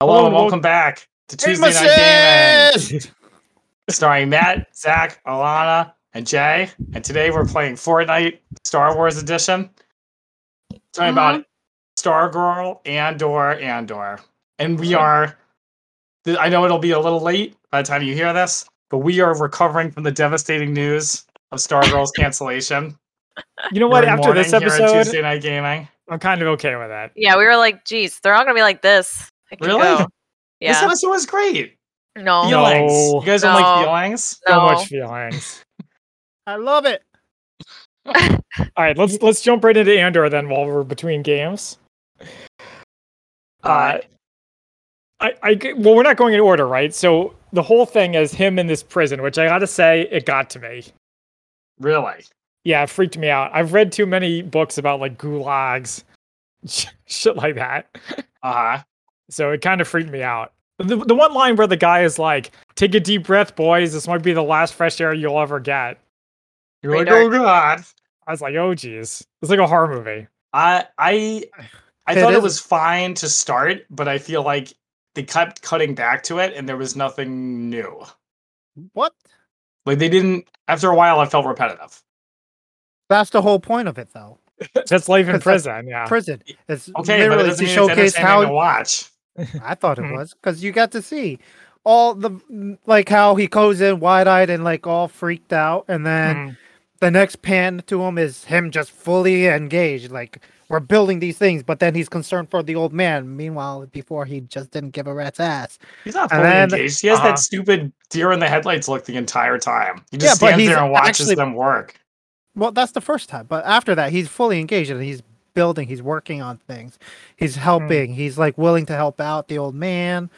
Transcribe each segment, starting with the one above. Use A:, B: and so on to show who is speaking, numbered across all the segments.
A: Hello
B: Hello,
A: and
B: wel-
A: welcome back to
B: Game
A: Tuesday Night Game
B: Assist!
A: starring Matt, Zach, Alana, and Jay. And today we're playing Fortnite Star Wars Edition. Talking
B: Mm-hmm.
A: about Stargirl, Andor, Andor. And we are, th- I know it'll be a little late by the time you hear this, but we are recovering from the devastating news of Stargirl's cancellation.
B: You know what?
A: We're in
B: After this
A: mourning here at
B: episode,
A: Tuesday Night Gaming.
B: I'm kind of okay with that.
C: Yeah, we were like, geez, they're all gonna be like this. I can
A: Really?
C: go.
A: This
C: Yeah.
A: episode was great.
C: No.
B: No.
A: Feelings. You guys don't
C: No.
A: like feelings?
B: So
C: No.
B: much feelings.
D: I love it.
B: All right, let's let's jump right into Andor then, while we're between games. Uh, I, I g- well, we're not going in order, right? So the whole thing is him in this prison, which I gotta say, it got to me.
A: Really?
B: Yeah, it freaked me out. I've read too many books about like gulags, shit like that.
A: Uh huh.
B: So it kind of freaked me out. The, the one line where the guy is like, take a deep breath, boys. This might be the last fresh air you'll ever get.
A: You're like,
C: Radar.
A: oh god.
B: I was like, oh, geez. It's like a horror movie.
A: I I I
D: It
A: thought it
D: is-
A: was fine to start, but I feel like they kept cutting back to it, and there was nothing new.
D: What?
A: Like they didn't. After a while, I felt repetitive.
D: That's the whole point of it, though.
B: That's life in
D: That's- that's
B: prison. Yeah.
D: Prison. It's
A: Okay, but it
D: literally
A: doesn't
D: to
A: mean it's Mm-hmm.
D: showcase
A: entertaining to
D: how
A: watch.
D: I thought it
B: Hmm.
D: was because you got to see all the like how he goes in wide eyed and like all freaked out, and then
B: Mhm.
A: Mm-hmm.
D: the next pan to him is him just fully engaged. Like we're building these things, but then he's concerned for the old man. Meanwhile, before he just didn't give a rat's ass.
A: He's not fully
D: And then-
A: engaged. He has
B: uh-huh.
A: that stupid deer in the headlights look the entire time. He
D: Yeah,
A: just
D: but
A: stands
D: he's
A: there and watches
D: actually-
A: them work.
D: Well, that's the first time, but after that, he's fully engaged and he's building. He's working on things. He's helping. He's like willing to help out the old man,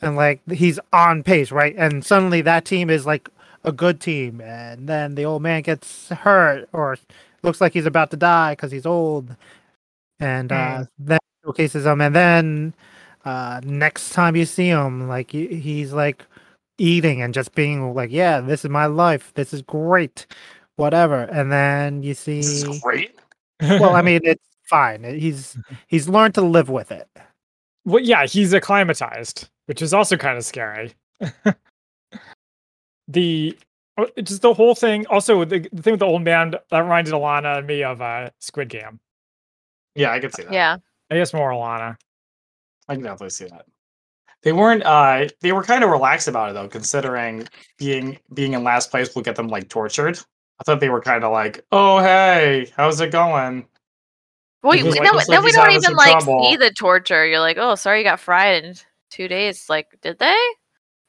D: and like he's on pace, right? And suddenly that team is like a good team, and then the old man gets hurt or looks like he's about to die because he's old, and
B: Mm.
D: uh, then showcases him, and then uh, next time you see him, like he, he's like eating and just being like, "Yeah, this is my life. This is great." Whatever, and then you see
A: This is great.
B: Mm.
D: well, I mean, it's fine. It- He's he's learned to live with it.
B: well, yeah, he's acclimatized, which is also kind of scary. the oh, it's just the whole thing. Also, the, the thing with the old man that reminded Alana and me of uh, Squid Game.
A: Yeah, I could see that.
C: Yeah.
B: I guess more Alana.
A: I can definitely see that. They weren't. uh They were kind of relaxed about it though, considering being being in last place will get them like tortured. I thought they were kind of like, "Oh hey, how's it going?"
C: Wait,
A: Because,
C: we,
A: like,
C: no,
A: it's like
C: then we
A: he's
C: don't
A: having
C: even
A: some
C: like
A: trouble.
C: see the torture. You're like, oh, sorry, you got fried in two days. Like, did they?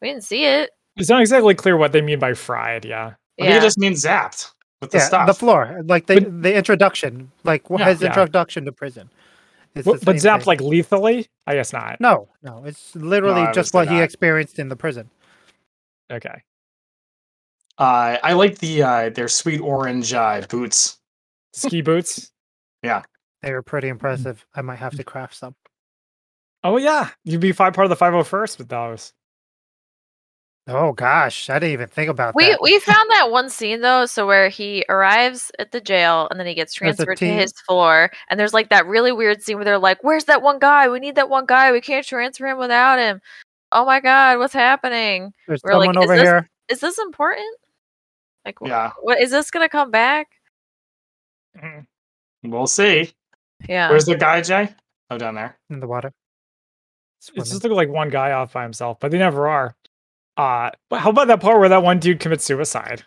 C: We didn't see it.
B: It's not exactly clear what they mean by fried. Yeah.
A: I think
C: Yeah.
A: it just means zapped with the
D: yeah,
A: stuff.
D: the floor, like the
B: But-
D: the introduction, like wh-
A: Yeah,
D: his
B: yeah.
D: introduction to prison. It's
B: But,
D: the
B: but
D: same
B: zapped
D: thing.
B: like lethally? I guess not.
D: no, no, it's literally
A: I
D: just
A: understand
D: what he
A: that.
D: experienced in the prison.
B: Okay.
A: Uh, I like the uh, their sweet orange uh, boots.
B: Ski boots.
D: They were pretty impressive. I might have to craft some.
B: Oh yeah, you'd be five part of the five hundred first with those.
D: Oh gosh, I didn't even think about
C: We
D: that.
C: we found that one scene though, so where he arrives at the jail and then he gets
D: There's a
C: transferred to
D: teen-
C: his floor, and there's like that really weird scene where they're like, "Where's that one guy? We need that one guy. We can't transfer him without him." Oh my god, what's happening?
D: There's
C: we're like, is
D: someone over
C: this-
D: here.
C: Is this important? Like, wh-
A: Yeah,
C: what is this gonna come back?
B: Mhm.
A: we'll see.
C: Yeah.
A: Where's the guy, Jay? Oh, down there.
D: in the water.
B: It's
D: Swimming.
B: just like one guy off by himself, but they never are. Uh, but how about that part where that one dude commits suicide?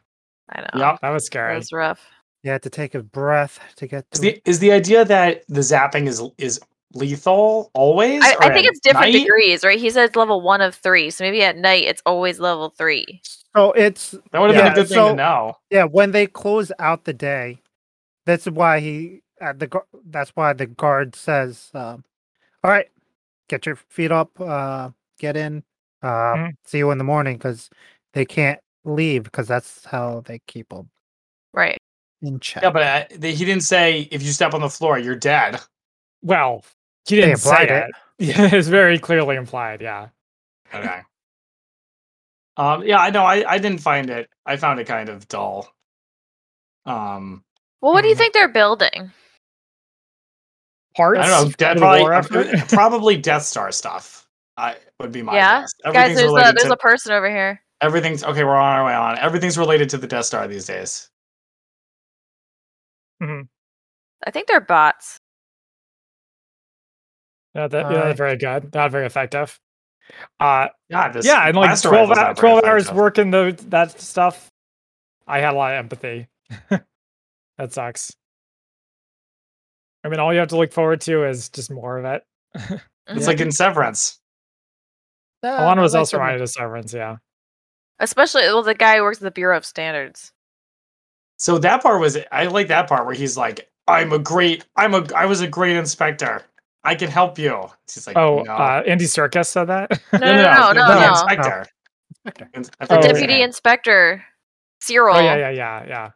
C: I know.
A: Yeah.
B: That was
C: That
B: scary.
C: was rough.
D: You had to take a breath to get
A: Is
D: to
A: the is the idea that the zapping is is lethal always?
C: I,
A: or
C: I think
A: at
C: it's different
A: night?
C: degrees, right? He said it's level one of three, so maybe at night it's always level three.
D: So it's
A: That would have been
D: Yeah,
A: a good thing
D: so-
A: to know.
D: Yeah, when they close out the day, that's why he uh, the gu- that's why the guard says, um, "All right, get your feet up, uh, get in, uh,
B: Mhm.
D: see you in the morning," because they can't leave because that's how they keep them
C: Right.
D: in check.
A: Yeah, but uh, they, he didn't say if you step on the floor, you're dead.
B: Well, he didn't say
D: implied
B: it.
D: it.
B: Yeah, it's very clearly implied. Yeah.
A: Okay. um. Yeah, I know. I I didn't find it. I found it kind of dull. Um.
C: Well, what do you
B: Mhm.
C: think they're building?
B: Parts.
A: I don't know.
B: for
A: Dead
B: the
A: probably,
B: war effort?
A: uh, probably Death Star stuff. I would be my
C: Yeah?
A: guess.
C: Guys,
A: Everything's
C: there's a
A: related
C: there's
A: to
C: a person over here.
A: everything's okay. We're on our way on. Everything's related to the Death Star these days.
C: I think they're bots.
B: Yeah, that, yeah,
D: Alright.
B: that's very good. Not very effective. Uh,
A: God, this
B: yeah, and like
A: blaster
B: 12,
A: rifle's
B: hou-
A: not very
B: 12 hours
A: effective.
B: working the, that stuff, I had a lot of empathy. that sucks. I mean, all you have to look forward to is just more of it.
A: It's
C: Mhm.
A: like in Severance.
C: Uh,
D: Nah,
B: Alana
D: I
B: was
D: like
B: also
D: them.
B: right as Severance, yeah.
C: Especially well, the guy who works at the Bureau of Standards.
A: So that part was I like that part where he's like, "I'm a great, I'm a, I was a great inspector. I can help you." He's like,
B: Oh,
A: no.
B: uh, Andy Circus said that?
C: No, no, no, no,
A: the
C: no.
A: inspector."
D: Inspector.
A: Ins- I
B: Oh,
A: think his
C: Deputy
A: name.
C: Inspector Cyril.
B: oh, yeah, yeah, yeah, yeah.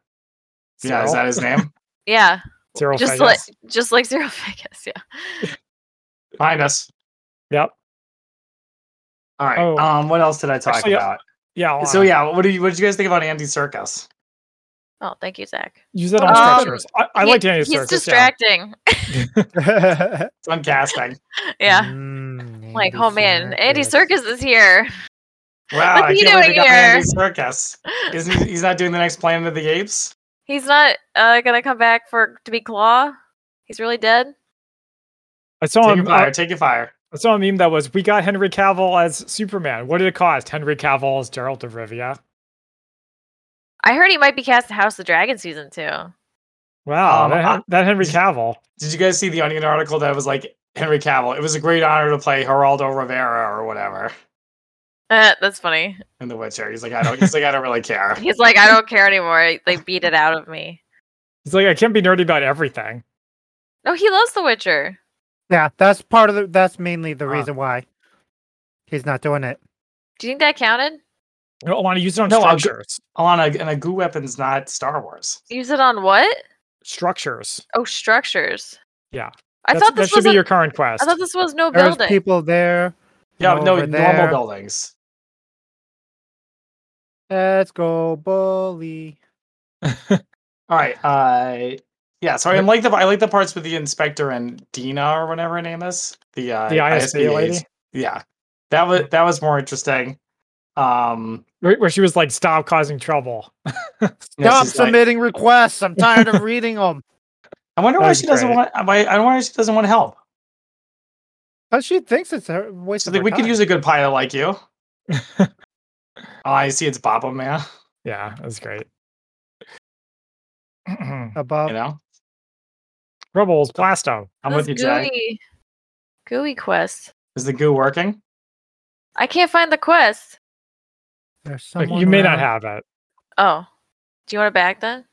A: Yeah, is
B: Cyril?
A: that his name?
C: Yeah,
B: Cyril
C: just
B: Fegas.
C: like just like Cyril Vegas. Yeah.
A: Find us.
B: Yep.
A: All right.
B: Oh.
A: Um, what else did I talk
B: Actually, uh,
A: about?
B: Yeah. Alana.
A: So yeah, what do you what did you guys think about Andy Circus?
C: Oh, thank you, Zach.
B: You said
D: Um,
B: all structures. I, I
C: He-
B: liked Andy
C: He's
B: Circus. yeah.
C: distracting.
A: It's on casting.
B: Mm-hmm.
C: Yeah.
D: Mm,
C: Like,
D: Andy
C: oh man, Andy
D: Serkis.
C: Circus is here.
A: Wow, I
C: you
A: can't believe
C: doing
A: we got
C: here?
A: Andy Circus. Isn't he, he's not doing the next Planet of the Apes?
C: He's not uh, gonna come back for to be Claw. He's really dead.
B: I saw
A: take
B: him.
A: a fire,
B: uh,
A: take a fire.
B: I saw a meme that was, "We got Henry Cavill as Superman. What did it cost? Henry Cavill as Gerald of Rivia."
C: I heard he might be cast in House of the Dragon season two. Uh,
B: Wow,
A: Um,
B: that, Hen-
A: I-
B: that Henry Cavill.
A: Did you guys see the Onion article that was like Henry Cavill? It was a great honor to play Geraldo Rivera or whatever
C: Uh, that's funny.
A: in The Witcher. He's like, I don't. He's like, I don't really care.
C: He's like, I don't care anymore. They beat it out of me.
B: He's like, I can't be nerdy about everything.
C: No, he loves The Witcher.
D: Yeah, that's part of the. That's mainly the
B: Huh.
D: reason why he's not doing it.
C: Do you think that counted?
B: Oh, I want to use it on
A: No, I'll go-
B: structures.
A: Alana, and a goo weapon's not Star Wars.
C: Use it on what?
B: Structures.
C: Oh, structures.
B: Yeah.
C: I
B: That's-
C: thought this
B: that should
C: was.
B: be your
C: I
B: current quest.
C: thought this was no
D: There's
C: building.
D: people there.
A: Yeah,
D: people
A: no,
D: over
A: normal
D: there.
A: buildings.
D: Let's go, bully.
A: All right. Uh, yeah. So I like the I like the parts with the inspector and Dina or whatever her name is. The uh,
B: The ISB lady?
A: agent. Yeah, that was that was more interesting. Um,
B: Where where she was like, "Stop causing trouble."
A: you know,
D: Stop
A: she's like,
D: submitting requests. I'm tired of reading them.
A: I wonder
B: That
A: why
B: was
A: she doesn't
B: great.
A: want. Why, I wonder why she doesn't want help.
D: But she thinks it's a waste
A: So
D: of
A: like,
D: her
A: we could
D: time.
A: use a good pilot like you. oh, I see. It's Baba Man.
B: Yeah, that's great.
A: You
D: above.
A: know,
B: Rebels, Blasto.
A: I'm
C: Those
A: with you, Jay.
C: gooey, gooey quest.
A: Is the goo working?
C: I can't find the quest.
D: There's
B: Like,
D: someone
B: you may not
D: around.
B: have it.
C: Oh, do you want it back then?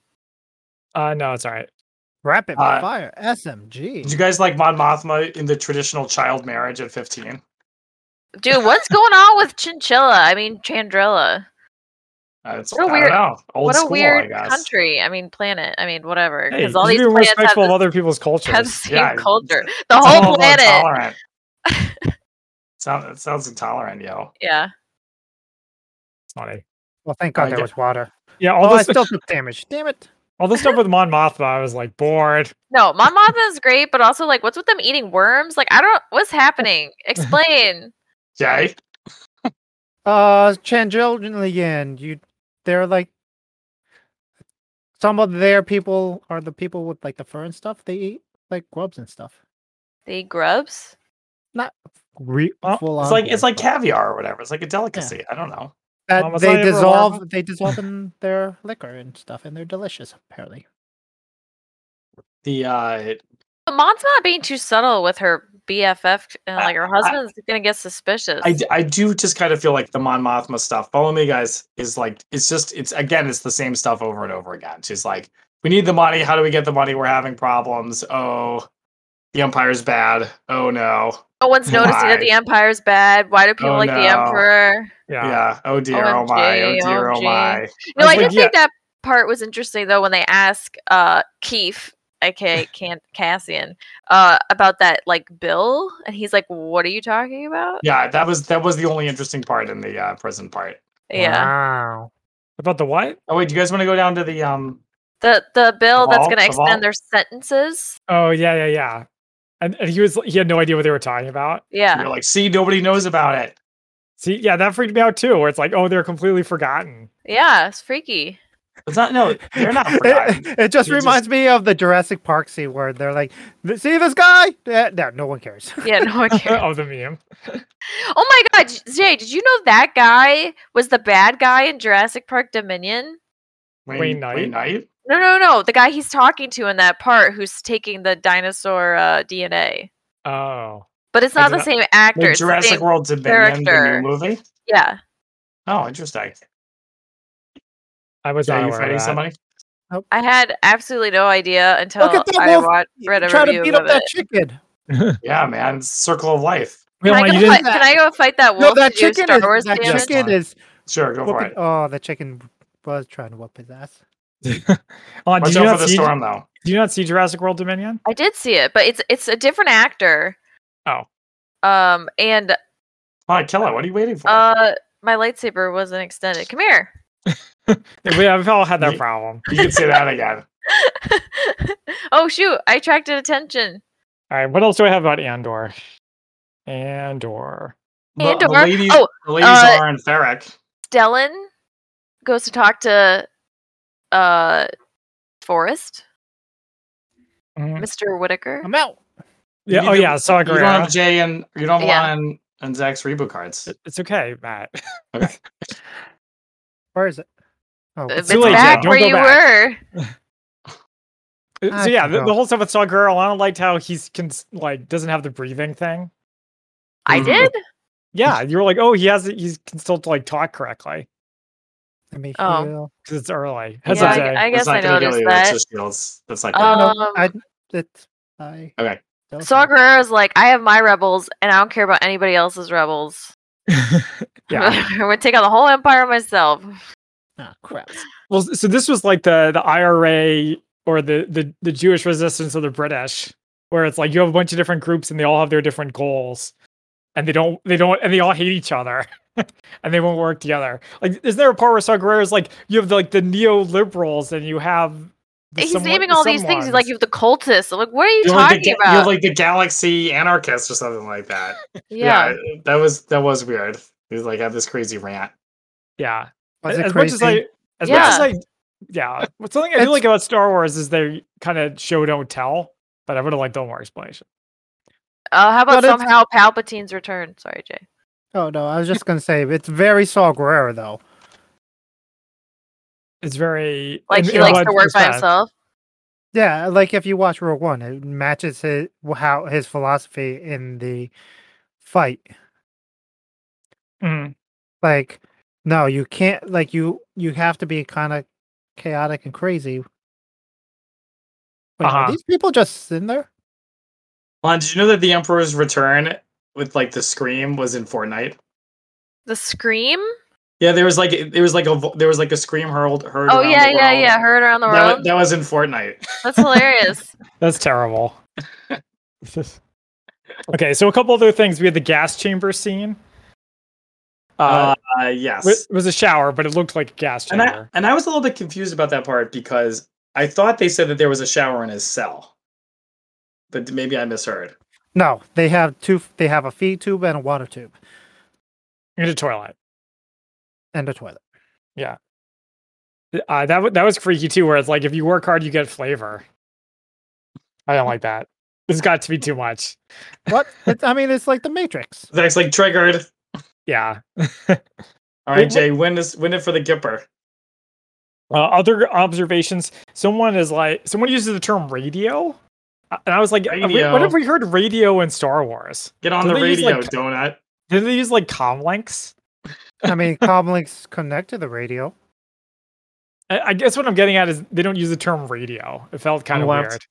B: Uh, no, it's all right.
D: rapid
A: Uh,
D: fire.
A: Did
D: SMG.
A: you guys like Mon Mothma in the traditional child marriage at 15?
C: Dude, what's going on with Chinchilla? I mean, Chandrilla.
A: Uh, it's
C: What a
A: I don't
C: weird-
A: know. Old
C: what a
A: school, I
C: weird
A: guess.
C: country. I mean, planet. I mean, whatever.
B: Hey,
C: Because all
B: you
C: these
B: should be
C: planets have
B: respectful of
C: the,
B: other people's
C: have the
B: cultures.
C: same
A: Yeah,
C: culture.
A: it's-
C: The
A: It's
C: whole
A: all about
C: planet.
A: Intolerant. Sound, it sounds intolerant, yo.
C: Yeah.
B: It's funny.
D: Well, thank
A: I
D: God there
A: get-
D: was water.
B: Yeah, all
D: Oh, I
B: this
D: still took damage. Damn it.
B: all this stuff with Mon Mothma, I was like bored.
C: No, Mon Mothma is great, but also like, what's with them eating worms? Like, I don't. What's happening? Explain.
A: Jay,
D: Uh, Changeling, you. They're like. Some of their people are the people with like the fur and stuff. They eat like grubs and stuff.
C: the grubs.
D: Not re- uh,
B: Well,
D: full
A: it's
D: on
A: like it's
D: grub,
A: like caviar or whatever. It's like a delicacy. I don't know.
D: but
B: Um,
D: that
B: was I
D: they
B: ever a larva?
D: dissolve. They dissolve in their liquor and stuff, and they're delicious apparently.
A: The uh,
C: But Mon's not being too subtle with her BFF, and uh, like her husband's gonna get suspicious.
A: I, d- I do just kind of feel like the Mon Mothma stuff. Follow me, guys. Is like it's just it's again it's the same stuff over and over again. She's like, we need the money. How do we get the money? We're having problems. Oh, the empire's bad. Oh no.
C: no one's noticing that the empire's bad. Why do people
A: Oh,
C: like the
A: no.
C: emperor?
A: Yeah.
B: Yeah.
A: Oh dear. Oh my. Oh
C: OMG,
A: dear. Oh
C: OMG.
A: my.
C: No,
B: was
C: I
B: like,
C: did think that part was interesting though when they ask uh Keef, aka Can- Cassian, uh about that like bill, and he's like, "What are you talking about?"
A: Yeah, that was that was the only interesting part in the uh, prison part.
C: Yeah,
D: Wow.
B: About the what?
A: Oh wait, do you guys want to go down to the um
C: the the bill that's
A: vault-
C: gonna
A: the
C: extend
A: vault?
C: their sentences.
B: Oh yeah, yeah, yeah. and, and he was he had no idea what they were talking about.
C: Yeah.
A: You're like, see, nobody knows about it.
B: See, yeah, that freaked me out too. Where it's like, oh, they're completely forgotten.
C: Yeah, it's freaky.
A: It's not. No, they're not. forgotten.
D: It, it just
A: They're just-
D: reminds me of the Jurassic Park scene where they're like, "See this guy? Yeah, no, no one cares."
C: Yeah, no one cares.
B: of the meme.
C: Oh my god, J- Jay, did you know that guy was the bad guy in Jurassic Park Dominion?
A: Wayne,
B: Wayne Knight?
A: Knight. Wayne Knight.
C: No, no, no. The guy he's talking to in that part who's taking the dinosaur uh, DNA.
B: Oh,
C: But it's
B: I
C: not
B: did
C: the
B: not-
C: same actor.
A: Like
C: it's the
A: Jurassic
C: same-
A: World Dominion, the
C: character.
A: new movie.
C: Yeah.
A: Oh, interesting.
B: I was
A: Are you
B: not aware of
A: fighting
B: that.
A: somebody?
C: I had absolutely no idea until
D: at that
C: I
D: wolf.
C: watched, read a
D: Try to
C: review
D: beat
C: of
D: up that
C: it.
D: chicken.
A: Yeah, man. it's Circle of life.
B: Wait,
C: Can,
B: wait, you
C: I go
B: didn't-
C: fight, can I go fight that wolf?
D: no, that
C: to do
D: chicken
C: Star
D: is
C: Wars
D: that
C: damage?
A: Yes.
D: chicken is.
A: Sure, go for
D: whooping-
A: it.
D: oh, the chicken was trying to whoop his ass.
B: Hold on, did
A: Watch
B: uh, you
A: out
B: not
A: for the
B: see?
A: storm, though.
B: Did you not see Jurassic World Dominion?
C: I did see it, but it's it's a different actor.
B: Oh.
C: Um, and
A: All right, kill it. What are you waiting for?
C: uh, my lightsaber wasn't extended. Come here.
B: We have all had that
A: Ye-
B: problem.
A: you can say that again.
C: oh shoot! I attracted attention.
B: All right, what else do I have about Andor? Andor.
A: The, the
C: Andor-
A: ladies,
C: oh,
A: the ladies
C: uh,
A: are in Ferric.
C: Stellan goes to talk to uh Forrest,
A: Mm-hmm.
B: Mhm.
C: Mr. Whitaker.
D: I'm out.
B: Yeah.
A: You
B: Oh
A: do-
B: yeah. So I
A: You don't have Jay and you don't have
C: Yeah.
A: one and, and Zach's reboot cards.
B: It's okay, Matt.
D: Where is it? Oh,
C: Uh,
D: it's
C: It's
B: too late, Jack.
C: back
B: Don't
C: where
B: go
C: you were.
B: Uh,
D: I
B: so yeah,
D: don't
B: the, the
D: know.
B: whole stuff with Saw Gerrel, I don't liked how he's can like doesn't have the breathing thing.
C: I
B: Mm-hmm.
A: Mhm.
C: did.
B: Yeah, you were like, oh, he has he can still like talk correctly
D: Let me
C: Oh.
D: heal.
B: because it's early.
A: That's
B: That's
C: yeah, I,
B: okay.
C: gu- I guess
A: That's not
C: I
A: gonna kill
C: noticed
A: you,
C: that.
A: That's just shields. That's not good.
C: Um,
D: no, I it's I.
A: Okay.
D: don't
C: Saw
D: know.
C: Gerrera's like, I have my rebels, and I don't care about anybody else's rebels.
B: yeah.
C: I'm gonna take out the whole empire myself.
D: Ah, crap.
B: Well, s- so this was like the the IRA or the the the Jewish resistance of the British, where it's like you have a bunch of different groups and they all have their different goals, and they don't they don't and they all hate each other. And they won't work together. Like, is there a part where Saw Gerrera is like, you have like the neoliberals and you have. the
C: He's
B: somewhat-
C: naming
B: the
C: all these things. He's like,
B: someones.
C: you have the cultists. I'm like, what are you
A: You're
C: talking
A: like, the, ga-
C: about?
A: you're like the galaxy anarchist or something like that.
C: yeah.
A: that was that was weird. He was like had this crazy rant.
B: Yeah.
D: Was
B: A-
D: it
B: as much
D: crazy?
B: as I, as much as
C: Yeah.
B: I, yeah. What's something I do
D: It's-
B: like about Star Wars is they kind of show don't tell, but I would have liked a little more explanation.
C: Uh, how about
D: But it's-
C: somehow Palpatine's return? Sorry, Jay.
D: oh no, I was just gonna say it's very Saw Gerrera though.
B: It's very
C: Like
B: in-
C: he
B: in a
C: likes
B: lot
C: to
B: of
C: work by
B: respects.
C: himself.
D: Yeah, like if you watch Rogue One, it matches his how his philosophy in the fight.
B: Mhm.
D: Like, no, you can't. Like you, you have to be kind of chaotic and crazy. Wait,
B: Uh-huh.
D: are these people just in there?
A: Lon, did you know that the Emperor's return with like the scream was in Fortnite?
C: The scream.
A: Yeah, there was like there was like a vo- there was like a scream hurled heard.
C: Oh
A: around
C: yeah,
A: the
C: yeah,
A: world.
C: yeah. Heard around the
A: That, wa-
C: world.
A: that was in Fortnite.
C: That's hilarious.
B: That's terrible. okay, so a couple other things. We had the gas chamber scene. Uh,
A: Uh, yes.
B: it was a shower, but it looked like a gas
A: and I
B: chamber.
A: and I was a little bit confused about that part because I thought they said that there was a shower in his cell, but maybe I misheard.
D: No, they have two. They have a feed tube and a water tube
B: In a toilet.
D: and a toilet.
B: Uh, that wa- that was freaky too, where it's like if you work hard, you get flavor. I don't like that. This got to be too much.
D: What? It's, I mean, it's like the Matrix.
A: Zach's like triggered.
B: Yeah.
A: All right,
B: wh-
A: Jay, win this, win it for the Gipper.
B: Uh, other observations. Someone is like, someone uses the term radio, Uh, and I was like, uh, wait, what
A: Radio.
B: have we heard radio in Star Wars?
A: Get on
B: Did
A: the
B: they use,
A: radio,
B: like,
A: donut.
B: Did they use like comlinks?
D: I mean, comlinks connect to the radio.
B: I, I guess what I'm getting at is they don't use the term radio. It felt kind of
D: What?
B: weird.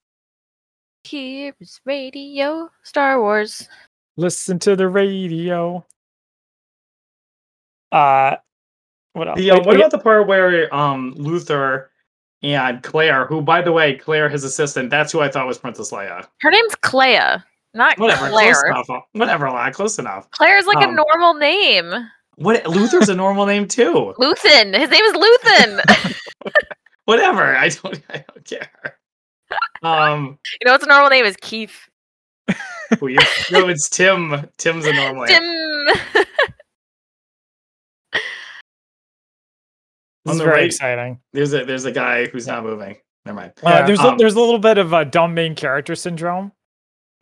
C: Here's radio Star Wars.
B: Listen to the radio. Uh, what else?
A: The, uh,
B: Wait,
A: what
B: oh, yeah,
A: about the part where um Luther and Claire, who by the way, Claire, his assistant, that's who I thought was Princess Leia.
C: Her name's Clea, not
A: Whatever, close
C: Claire.
A: enough. Whatever, Lon, close enough.
C: Claire's like
A: Um,
C: a normal name.
A: What Luther's a normal name too.
C: Luthen. His name is Luthen.
A: Whatever, I don't, I don't care. Um,
C: you know what's a normal name is Keith.
A: Who you, no, it's Tim. Tim's a normal.
C: Tim.
B: This
A: On
B: is
A: the
B: very
A: right-
B: exciting.
A: There's a there's a guy who's not moving. Never mind.
B: Uh,
D: Yeah.
B: there's
A: Um,
B: a, there's a little bit of a dumb main character syndrome,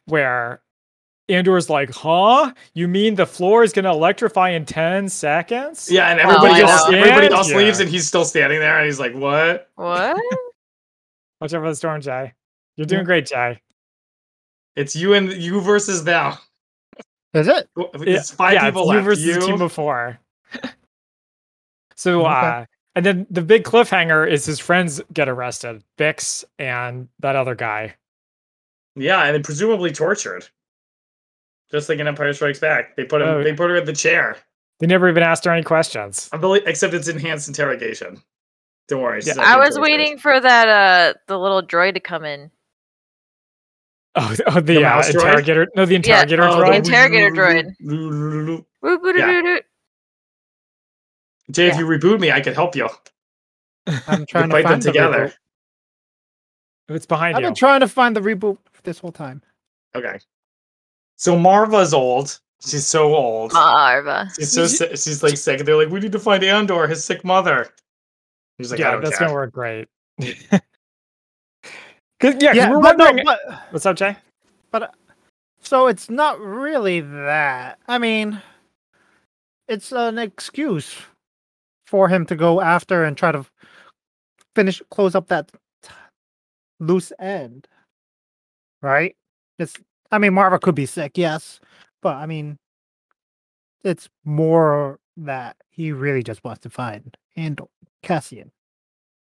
B: where Andor's like, "Huh? You mean the floor is gonna electrify in ten seconds?"
A: Yeah, and
C: Oh,
A: everybody
C: I
A: else
B: know.
A: everybody else
B: Yeah.
A: leaves, and he's still standing there, and he's like, "What?"
C: what?
B: Watch out for the storm, Jay. You're
D: Yeah.
B: doing great, Jay.
A: It's you and you versus them.
D: Is it?
A: It's five
B: yeah,
A: people
B: it's
A: left.
B: You versus
A: you,
B: team of four. so,
D: Okay.
B: uh, and then the big cliffhanger is his friends get arrested, Bix and that other guy.
A: yeah, and then presumably tortured. Just like in Empire Strikes Back, they put him.
B: Oh.
A: They put her in the chair.
B: They never even asked her any questions.
A: I believe, except it's enhanced interrogation. Don't worry. it's
B: Yeah.
A: not
C: I
A: being
C: was
A: tortured.
C: waiting for that uh the little droid to come in.
B: Oh, oh the, uh,
A: mouse droid?
B: interrogator. No, the interrogator
A: Oh, the
B: droid.
C: interrogator
A: droid.
C: Woo, boo, doo,
A: Yeah.
C: doo, doo.
A: Jay, if you reboot me, I could help you.
D: I'm
A: We
D: trying to
A: fight them
D: find The
A: together.
D: reboot.
B: It's behind
D: I've
B: you.
D: been trying to find the reboot this whole time.
A: Okay. So Marva's old. She's so old.
C: Uh, Marva.
A: She's so si- she's like sick. They're like, we need to find Andor, his sick mother. He's like, I
B: yeah,
A: don't
B: that's
A: care.
B: gonna work great. 'Cause- yeah, 'cause
D: yeah,
B: we're
D: but no,
B: wondering.
D: but-
B: What's up, Jay?
D: so it's not really that. I mean, it's an excuse for him to go after and try to finish close up that t- loose end, right? It's. I mean, Marva could be sick, yes, but I mean, it's more that he really just wants to find Andor Cassian.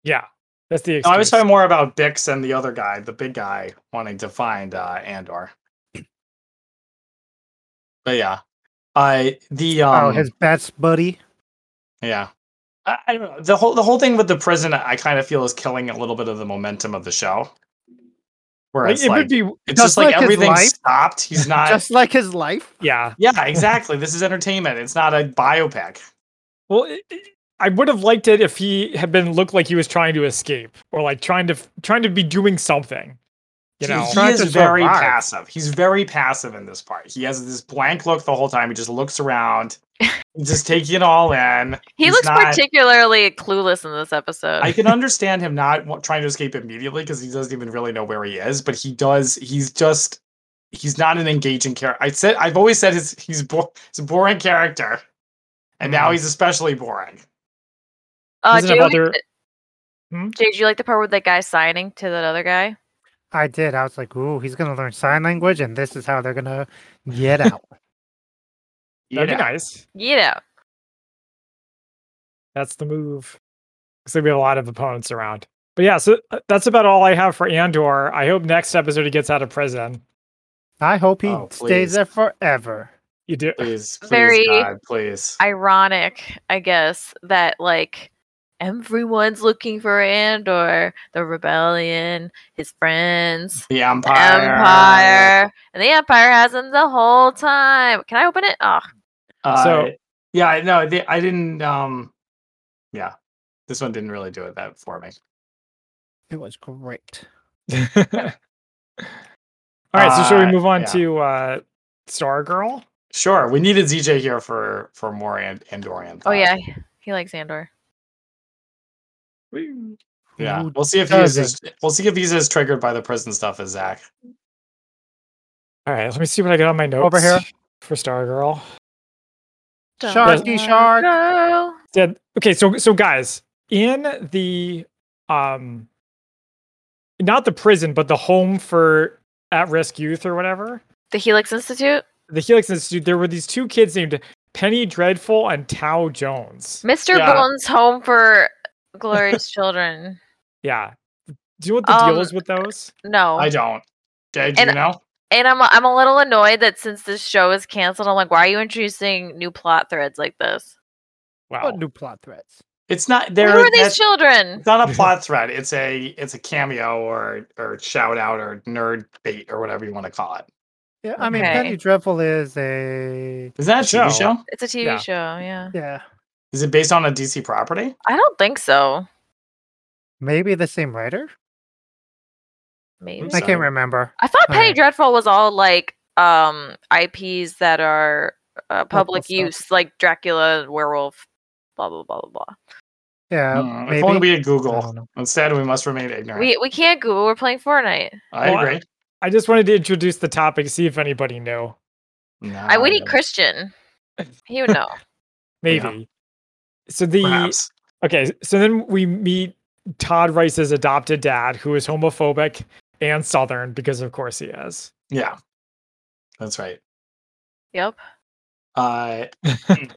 B: Yeah, that's the.
A: No, I was
B: excuse.
A: talking more about Bix and the other guy, the big guy, wanting to find uh, Andor. But yeah, I the um,
D: oh, his best buddy.
A: yeah, I, I don't know the whole the whole thing with the prison. I kind of feel is killing a little bit of the momentum of the show. Where
B: Like,
A: it's
B: it
A: like,
B: would be.
A: it's just
D: just
A: like,
D: like his
A: everything
D: life.
A: stopped. He's not.
D: just like his life.
B: Yeah.
A: yeah, exactly. This is entertainment. It's not a biopic.
B: Well, it, it- I would have liked it if he had been looked like he was trying to escape or like trying to f- trying to be doing something. You
A: He-
B: know,
A: he,
D: Trying
A: is
D: to
A: very
D: survive.
A: passive. He's very passive in this part. He has this blank look the whole time. He just looks around, he's just taking it all in.
C: He
A: He's
C: looks
A: not-
C: particularly clueless in this episode.
A: I can understand him not wa- trying to escape immediately because he doesn't even really know where he is. But he does. He's just. He's not an engaging character. I said. I've always said his he's bo- he's a boring character, and now
B: Mhm.
A: he's especially boring.
C: uh,
B: Isn't
C: Jay,
B: about
C: what-
B: their- Hmm?
C: Jay, did you like the part with that guy signing to that other guy?
D: I did. I was like, ooh, he's gonna learn sign language, and this is how they're gonna get out.
B: that'd
A: Yeah.
B: be nice.
C: You know.
B: That's the move. Because there'll be a lot of opponents around. But yeah, so uh, that's about all I have for Andor. I hope next episode he gets out of prison.
D: I hope he
A: Oh, please.
D: stays there forever.
B: You do.
A: Please, please,
C: Very-
A: God, please.
C: ironic, I guess, that like everyone's looking for Andor, the rebellion, his friends,
A: The
C: the Empire, and the Empire has him the whole time. Can I open it? Oh,
A: Uh,
B: So-
A: yeah, I know. They, I didn't. Um, yeah, this one didn't really do it that for me.
D: It was great.
B: all right, so should
A: Uh,
B: we move on
A: yeah.
B: to uh Stargirl?
A: Sure, we needed ZJ here for for more and Andorian.
C: oh
A: thoughts.
C: yeah, he likes Andor.
A: yeah.
D: Who
A: We'll see if he's
D: doesn't?
A: as, we'll see if he's as triggered by the prison stuff as Zach.
B: All right, let me see what I got on my notes
D: Over here.
B: for Stargirl.
D: Sharky shark.
C: Girl.
B: Did okay, so so guys, in the um not the prison, but the home for at-risk youth or whatever,
C: The Helix Institute,
B: the Helix Institute, there were these two kids named Penny Dreadful and Tao Jones.
C: Mr.
A: Yeah.
C: Bones' home for glorious children.
B: Yeah. Do you know what the
C: Um,
B: deal is with those?
C: No,
A: I don't. Jay, do you
C: Oh. And-
A: know?
C: and I'm I'm a little annoyed that since this show is canceled, I'm like, why are you introducing new plot threads like this?
B: Wow.
D: What new plot threads?
A: It's not
C: Who
A: there.
C: are these
A: that's-
C: children?
A: It's not a plot thread. It's a it's a cameo or or shout out or nerd bait or whatever you want to call it.
D: Yeah, I mean,
C: Okay.
D: Penny Dreadful is a
A: Is that a TV
B: Show.
A: show?
C: It's a TV
B: Yeah.
C: show, yeah.
D: yeah,
A: Is it based on a DC property?
C: I don't think so.
D: maybe the same writer.
C: Maybe.
D: I
A: So-
D: can't remember.
C: I thought Penny
D: Alright.
C: Dreadful was all like um IPs that are uh, public
D: stuff.
C: use, like Dracula, werewolf, blah blah blah blah blah.
D: Yeah,
A: Mm, if only
D: Uh, maybe.
A: we had
D: I
A: Google.
D: don't know.
A: Instead, we must remain ignorant.
C: We we can't Google. We're playing Fortnite.
A: I
B: Well, I-
A: agree.
B: I just wanted to introduce the topic, see if anybody knew.
A: No,
C: I we
A: don't
C: need Christian. He would know.
B: Maybe. So the
A: Perhaps.
B: okay. So then we meet Todd Rice's adopted dad, who is homophobic and Southern because, of course, he is.
A: Yeah, that's right.
C: yep.
A: Uh, I,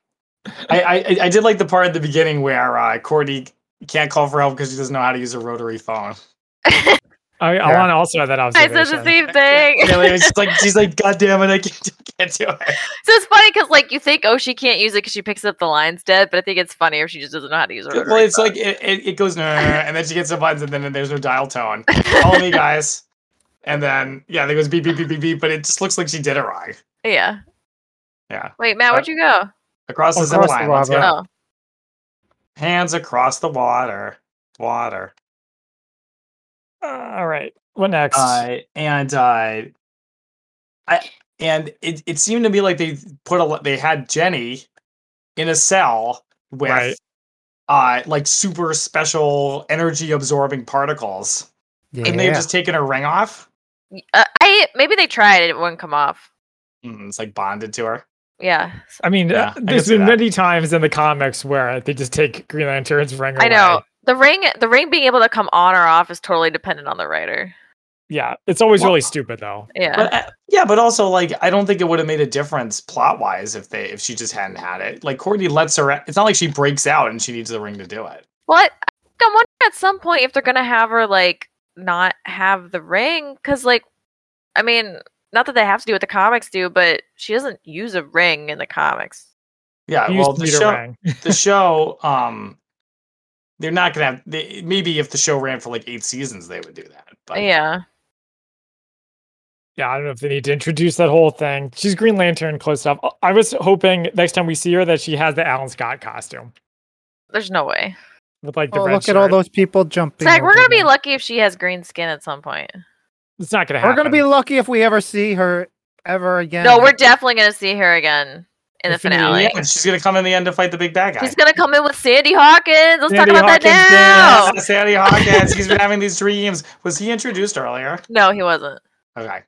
A: I I- I did like the part at the beginning where uh, Courtney can't call for help because she doesn't know how to use a rotary phone.
B: I, I
D: Yeah.
B: want to also have that
C: I
B: observation.
C: said the same thing.
A: Yeah, like, she's like, she's like, God damn it, I can't, I can't do it.
C: So it's funny because like you think, oh, she can't use it because she picks up the lines dead, but I think it's funnier if she just doesn't know how to use it.
A: Well, it's like it, it, it goes no, no, no, no," and then she gets the buttons, and then there's no dial tone. Call me, guys. And then yeah, there goes beep beep beep beep beep, but it just looks like she did it wrong.
C: yeah.
A: Yeah.
C: Wait, Matt,
A: Uh,
C: where'd you go?
A: Across the zip
D: Across the
A: line, let's
D: water.
A: go.
C: Oh,
A: Hands across the water, water.
B: Uh, All right. What next?
A: Uh, and uh, I and it, it seemed to me like they put a lo- they had Jenny in a cell with
B: Right.
A: uh like super special energy absorbing particles.
D: Yeah.
A: Couldn't they have just taken her ring off?
C: Y- uh, I maybe they tried it. It wouldn't come off.
A: Mm, it's like bonded to her.
C: Yeah.
B: I mean,
A: yeah, I
B: uh
A: can
B: there's
A: see
B: been
A: that.
B: many times in the comics where they just take Green Lantern's ring.
C: I know
B: away.
C: the ring. The ring being able to come on or off is totally dependent on the writer.
B: Yeah, it's always
A: Well-
B: really stupid though.
C: Yeah.
A: But uh, yeah, but also like I don't think it would have made a difference plot wise if they if she just hadn't had it. Like Courtney lets her. It's not like she breaks out and she needs the ring to do it.
C: Well, I, I'm wondering at some point if they're gonna have her like not have the ring, because like, I mean, not that they have to do what the comics do, but she doesn't use a ring in the comics.
A: Yeah.
B: You
A: uh, well,
B: used to
A: the
B: need a
A: show,
B: ring.
A: the show. Um, they're not gonna have. They, maybe if the show ran for like eight seasons, they would do that. But
C: yeah,
B: Yeah, I don't know if they need to introduce that whole thing. She's Green Lantern, close enough. Uh, I- I was hoping next time we see her that she has the Alan Scott costume
C: there's no way.
B: with like the
D: Oh,
B: red
D: look at all
B: shirt.
D: those people jumping.
C: Zach, we're
D: over
C: gonna be
D: them.
C: lucky if she has green skin at some point.
B: It's not gonna happen.
D: We're gonna be lucky if we ever see her ever again.
C: No, we're definitely gonna see her again in the
B: Infinity
C: finale.
A: yeah, and she's gonna come in the end to fight the big bad guy.
C: She's gonna come in with Sandy Hawkins. Let's
B: Sandy
C: talk about that now.
A: Yes, Sandy Hawkins. He's been having these dreams. Was he introduced earlier?
C: No, he wasn't.
A: Okay.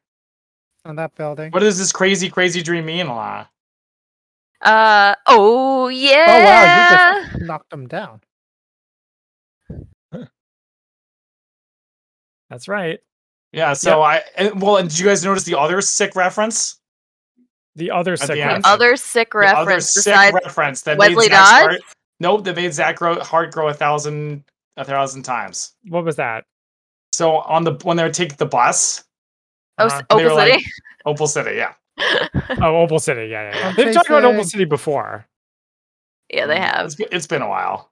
D: on that building.
A: What does this crazy, crazy dream mean, Alana?
C: Uh oh yeah.
D: Oh wow, you just knocked them down.
B: That's right.
A: Yeah. So I and- well, and did you guys notice the other sick reference?
B: The other
A: the
B: sick
A: end.
B: reference.
C: Other sick
A: The other
C: reference
A: sick
C: besides
A: reference that
C: Wesley
A: made Zach's
C: Dodds?
A: heart, nope, that made Zach grow, heart grow a thousand a thousand times.
B: What was that?
A: So on the when they would take the bus,
C: oh,
B: Uh-huh.
A: uh, they were
C: Opal City.
A: like- Opal City, yeah.
B: Oh, Opal City. Yeah, yeah. yeah.
D: I'm
B: They've talked about Opal
D: facing-
B: City before,
C: yeah, they
A: Mm,
C: have.
A: It's, it's been a while.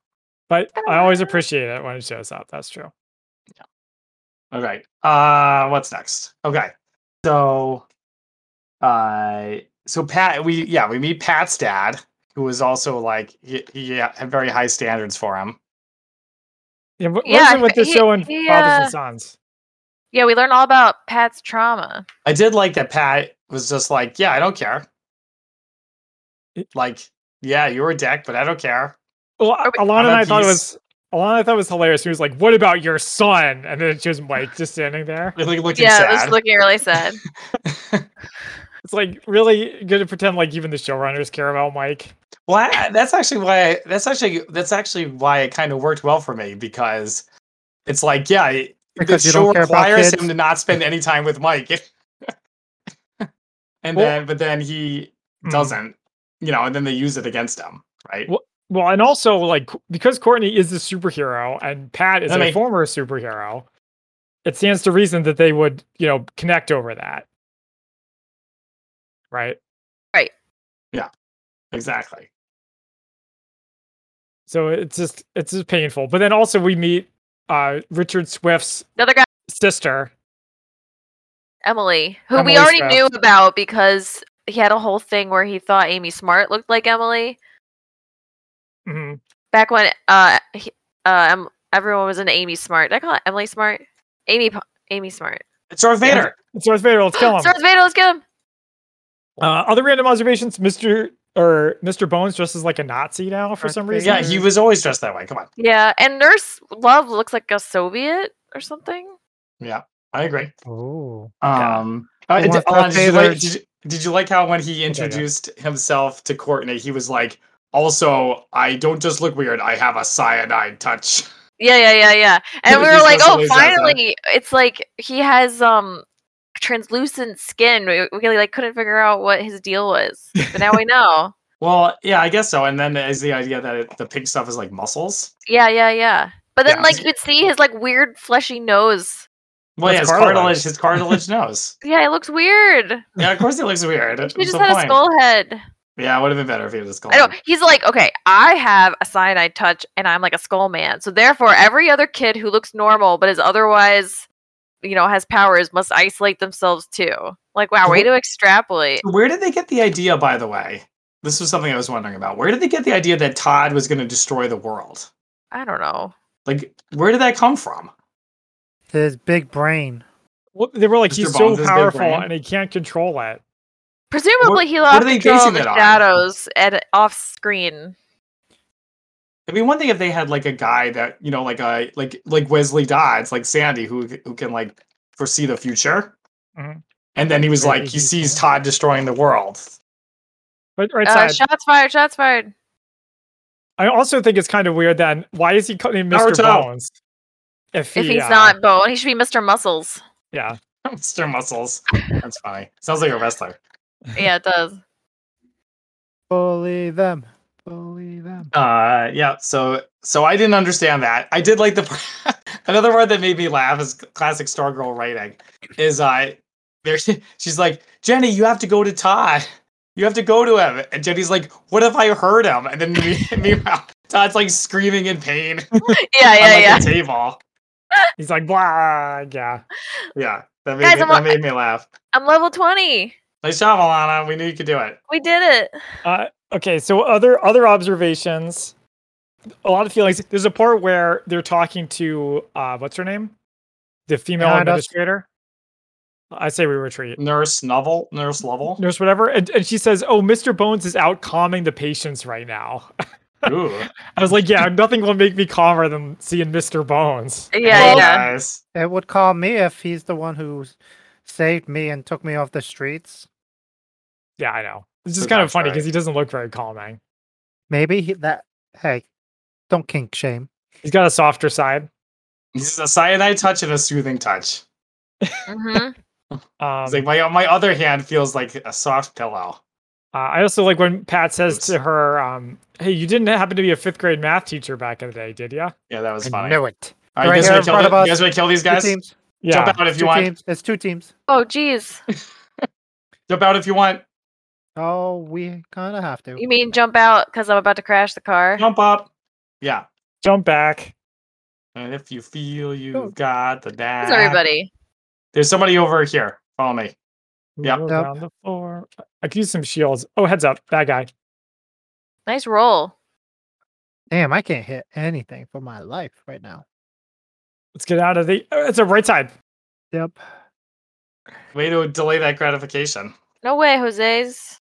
B: but I always appreciate it when it shows up. That's true.
A: All right. Uh what's next? Okay. So uh so Pat we yeah, we meet Pat's dad, who was also like he, he had very high standards for him.
B: Yeah, what,
C: Yeah,
B: what is it with the
C: he-
B: show and
C: he,
B: fathers
C: uh,
B: and sons?
C: Yeah, we learn all about Pat's trauma.
A: I did like that Pat was just like, yeah, I don't care.
B: It-
A: Like, yeah, you were a dick, but I don't care.
B: Well,
C: Are we-
B: Alana
A: I'm
B: and
A: at
B: I thought it
A: peace.
B: was Alana. I thought it was hilarious. She was like, "What about your son?" And then she was Mike just standing there.
A: Really looking
C: Yeah, it was
A: sad.
C: looking really sad.
B: It's like really good to pretend like even the showrunners care about Mike.
A: well, I, that's actually why. that's actually that's actually why it kind of worked well for me because it's like, yeah, it-
D: Because
A: the
D: you
A: show
D: don't care about
A: requires
D: kids.
A: him to not spend any time with Mike, and
B: Well-
A: then but then he
B: Mm.
A: doesn't, you know, and then they use it against him, right?
B: Well, Well, and also like c- because Courtney is a superhero and Pat is
A: That
B: a
A: make-
B: former superhero, it stands to reason that they would you know connect over that, right?
A: exactly.
B: So it's just it's just painful. But then also we meet uh Richard Swift's
C: The other guy,
B: sister.
C: Emily, who we
B: Emily
C: already
B: Swift.
C: knew about because he had a whole thing where he thought Amy Smart looked like Emily
B: Mhm.
C: back when uh, he, uh em- everyone was into Amy Smart. Did I call it Emily Smart? Amy, P- Amy Smart.
A: It's Darth Vader.
B: It's Darth Vader. Let's kill him.
C: Darth Vader, let's get him.
B: Uh, other random observations: Mister or Mister Bones dresses like a Nazi now for some
D: Okay.
B: reason.
A: Yeah, he was always dressed that way. Come on.
C: Yeah, and Nurse Love looks like a Soviet or something.
A: Yeah, I agree.
D: Oh.
A: Um, uh, d-
D: Who wants to
A: Alana, did,
D: pay
A: you
D: their-
A: like, did, you, did you like how when he introduced himself to Courtney, he was like, "Also, I don't just look weird. I have a cyanide touch."
C: Yeah, yeah, yeah, yeah. And we
A: He
C: were like,
A: does
C: oh,
A: always have that.
C: finally, it's like he has um translucent skin. We, we really, like couldn't figure out what his deal was, but now we know.
A: Well, yeah, I guess so. And then is the idea that it, the pink stuff is like muscles.
C: Yeah, yeah, yeah. But then,
A: Yeah.
C: like, you'd see his like weird fleshy nose.
A: Well,
B: That's
A: yeah, his
B: cartilage.
A: cartilage. His cartilage nose.
C: Yeah, it looks weird.
A: Yeah, of course it looks weird. That's
C: He just
A: the
C: had a
A: point.
C: skull head.
A: Yeah, it would have been better if he had a skull.
C: I know. He's like, okay, I have a cyanide touch, and I'm like a skull man. So therefore, every other kid who looks normal but is otherwise, you know, has powers must isolate themselves too. Like, wow, way to extrapolate.
A: Where did they get the idea, by the way? This was something I was wondering about. Where did they get the idea that Todd was going to destroy the world?
C: I don't know.
A: Like, where did that come from?
D: His big brain.
B: Well, they were like,
A: Mr.
B: he's
A: Bones is
B: so
A: big
B: powerful
A: brain.
B: and he can't control it.
C: Presumably, he
A: what are
C: lost
A: they
C: control
A: basing
C: of the
A: that on?
C: shadows and off screen.
A: I mean, one thing if they had like a guy that you know, like a like like Wesley Dodds, like Sandy, who who can like foresee the future,
B: Mhm.
A: and then he was
D: Maybe
A: like, he
D: he's
A: sees
D: there.
A: Todd destroying the world.
B: But right
C: Uh,
B: side,
C: shots fired! Shots fired!
B: I also think it's kind of weird. Then why is he calling him Mister
A: Naruto.
B: Bones? If,
C: If
B: he,
C: he's
B: uh,
C: not Bone, he should be Mr. Muscles.
B: yeah.
A: Mr. Muscles. That's funny. Sounds like a wrestler.
C: Yeah, it does.
D: Bully them. Bully them.
A: Uh, yeah. So, so I didn't understand that. I did like the another word that made me laugh is classic Stargirl writing. Is uh, there she's like Jenny, you have to go to Todd. You have to go to him. And Jenny's like, what if I hurt him? And then me- meanwhile, Todd's like screaming in pain
C: Yeah,
A: on
C: yeah,
A: like
C: yeah.
A: the table.
B: He's like blah. Yeah.
A: Yeah, that made
C: Guys,
A: me,
C: I'm
A: that
C: on-
A: made me laugh.
C: I'm level twenty.
A: Nice job, Alana. We knew you could do it.
C: We did it.
B: Uh, okay, so other other observations, a lot of feelings. There's a part where they're talking to uh, what's her name, the female
D: Yeah, that's-
B: administrator. I say we retreat,
A: Nurse Novel, Nurse Lovell.
B: nurse, whatever, and, and she says, "Oh, Mr. Bones is out calming the patients right now."
A: Ooh,
B: I was like, "Yeah, nothing will make me calmer than seeing Mr. Bones."
C: Yeah,
A: Hey,
C: yeah.
A: guys.
D: It would call me if he's the one who s- saved me and took me off the streets.
B: Yeah, I know. It's just
A: So
B: kind of
A: that's
B: funny because
A: right.
B: he doesn't look very calming.
D: Maybe he, that. Hey, don't kink shame.
B: He's got a softer side.
A: This is a cyanide touch and a soothing touch.
C: hmm
B: Um,
A: It's like my my other hand feels like a soft pillow.
B: Uh, I also like when Pat says
A: Oops.
B: to her, um, "Hey, you didn't happen to be a fifth grade math teacher back in the day, did ya?"
A: Yeah, that was
D: I
A: funny.
D: knew it.
A: All right,
D: Right
A: you guys
D: here
A: wanna
D: in front
A: kill
D: of
A: the- you guys want to kill these guys?
D: Two teams.
B: Yeah,
A: Jump out if
D: Two
A: you want.
D: teams. It's two teams.
C: Oh, geez.
A: Jump out if you want.
D: Oh, we kind of have to.
C: You mean jump out because I'm about to crash the car?
A: Jump up. Yeah.
B: jump back.
A: And if you feel you've got the dash.
C: How's everybody?
A: There's somebody over here. Follow me. Yep.
B: Roll
D: Yep.
B: down the floor. I could use some shields. Oh, heads up, bad guy.
C: Nice roll.
D: Damn, I can't hit anything for my life right now.
B: Let's get out of the. Oh, it's a right side.
D: Yep.
A: Way to delay that gratification.
C: No way, Jose's.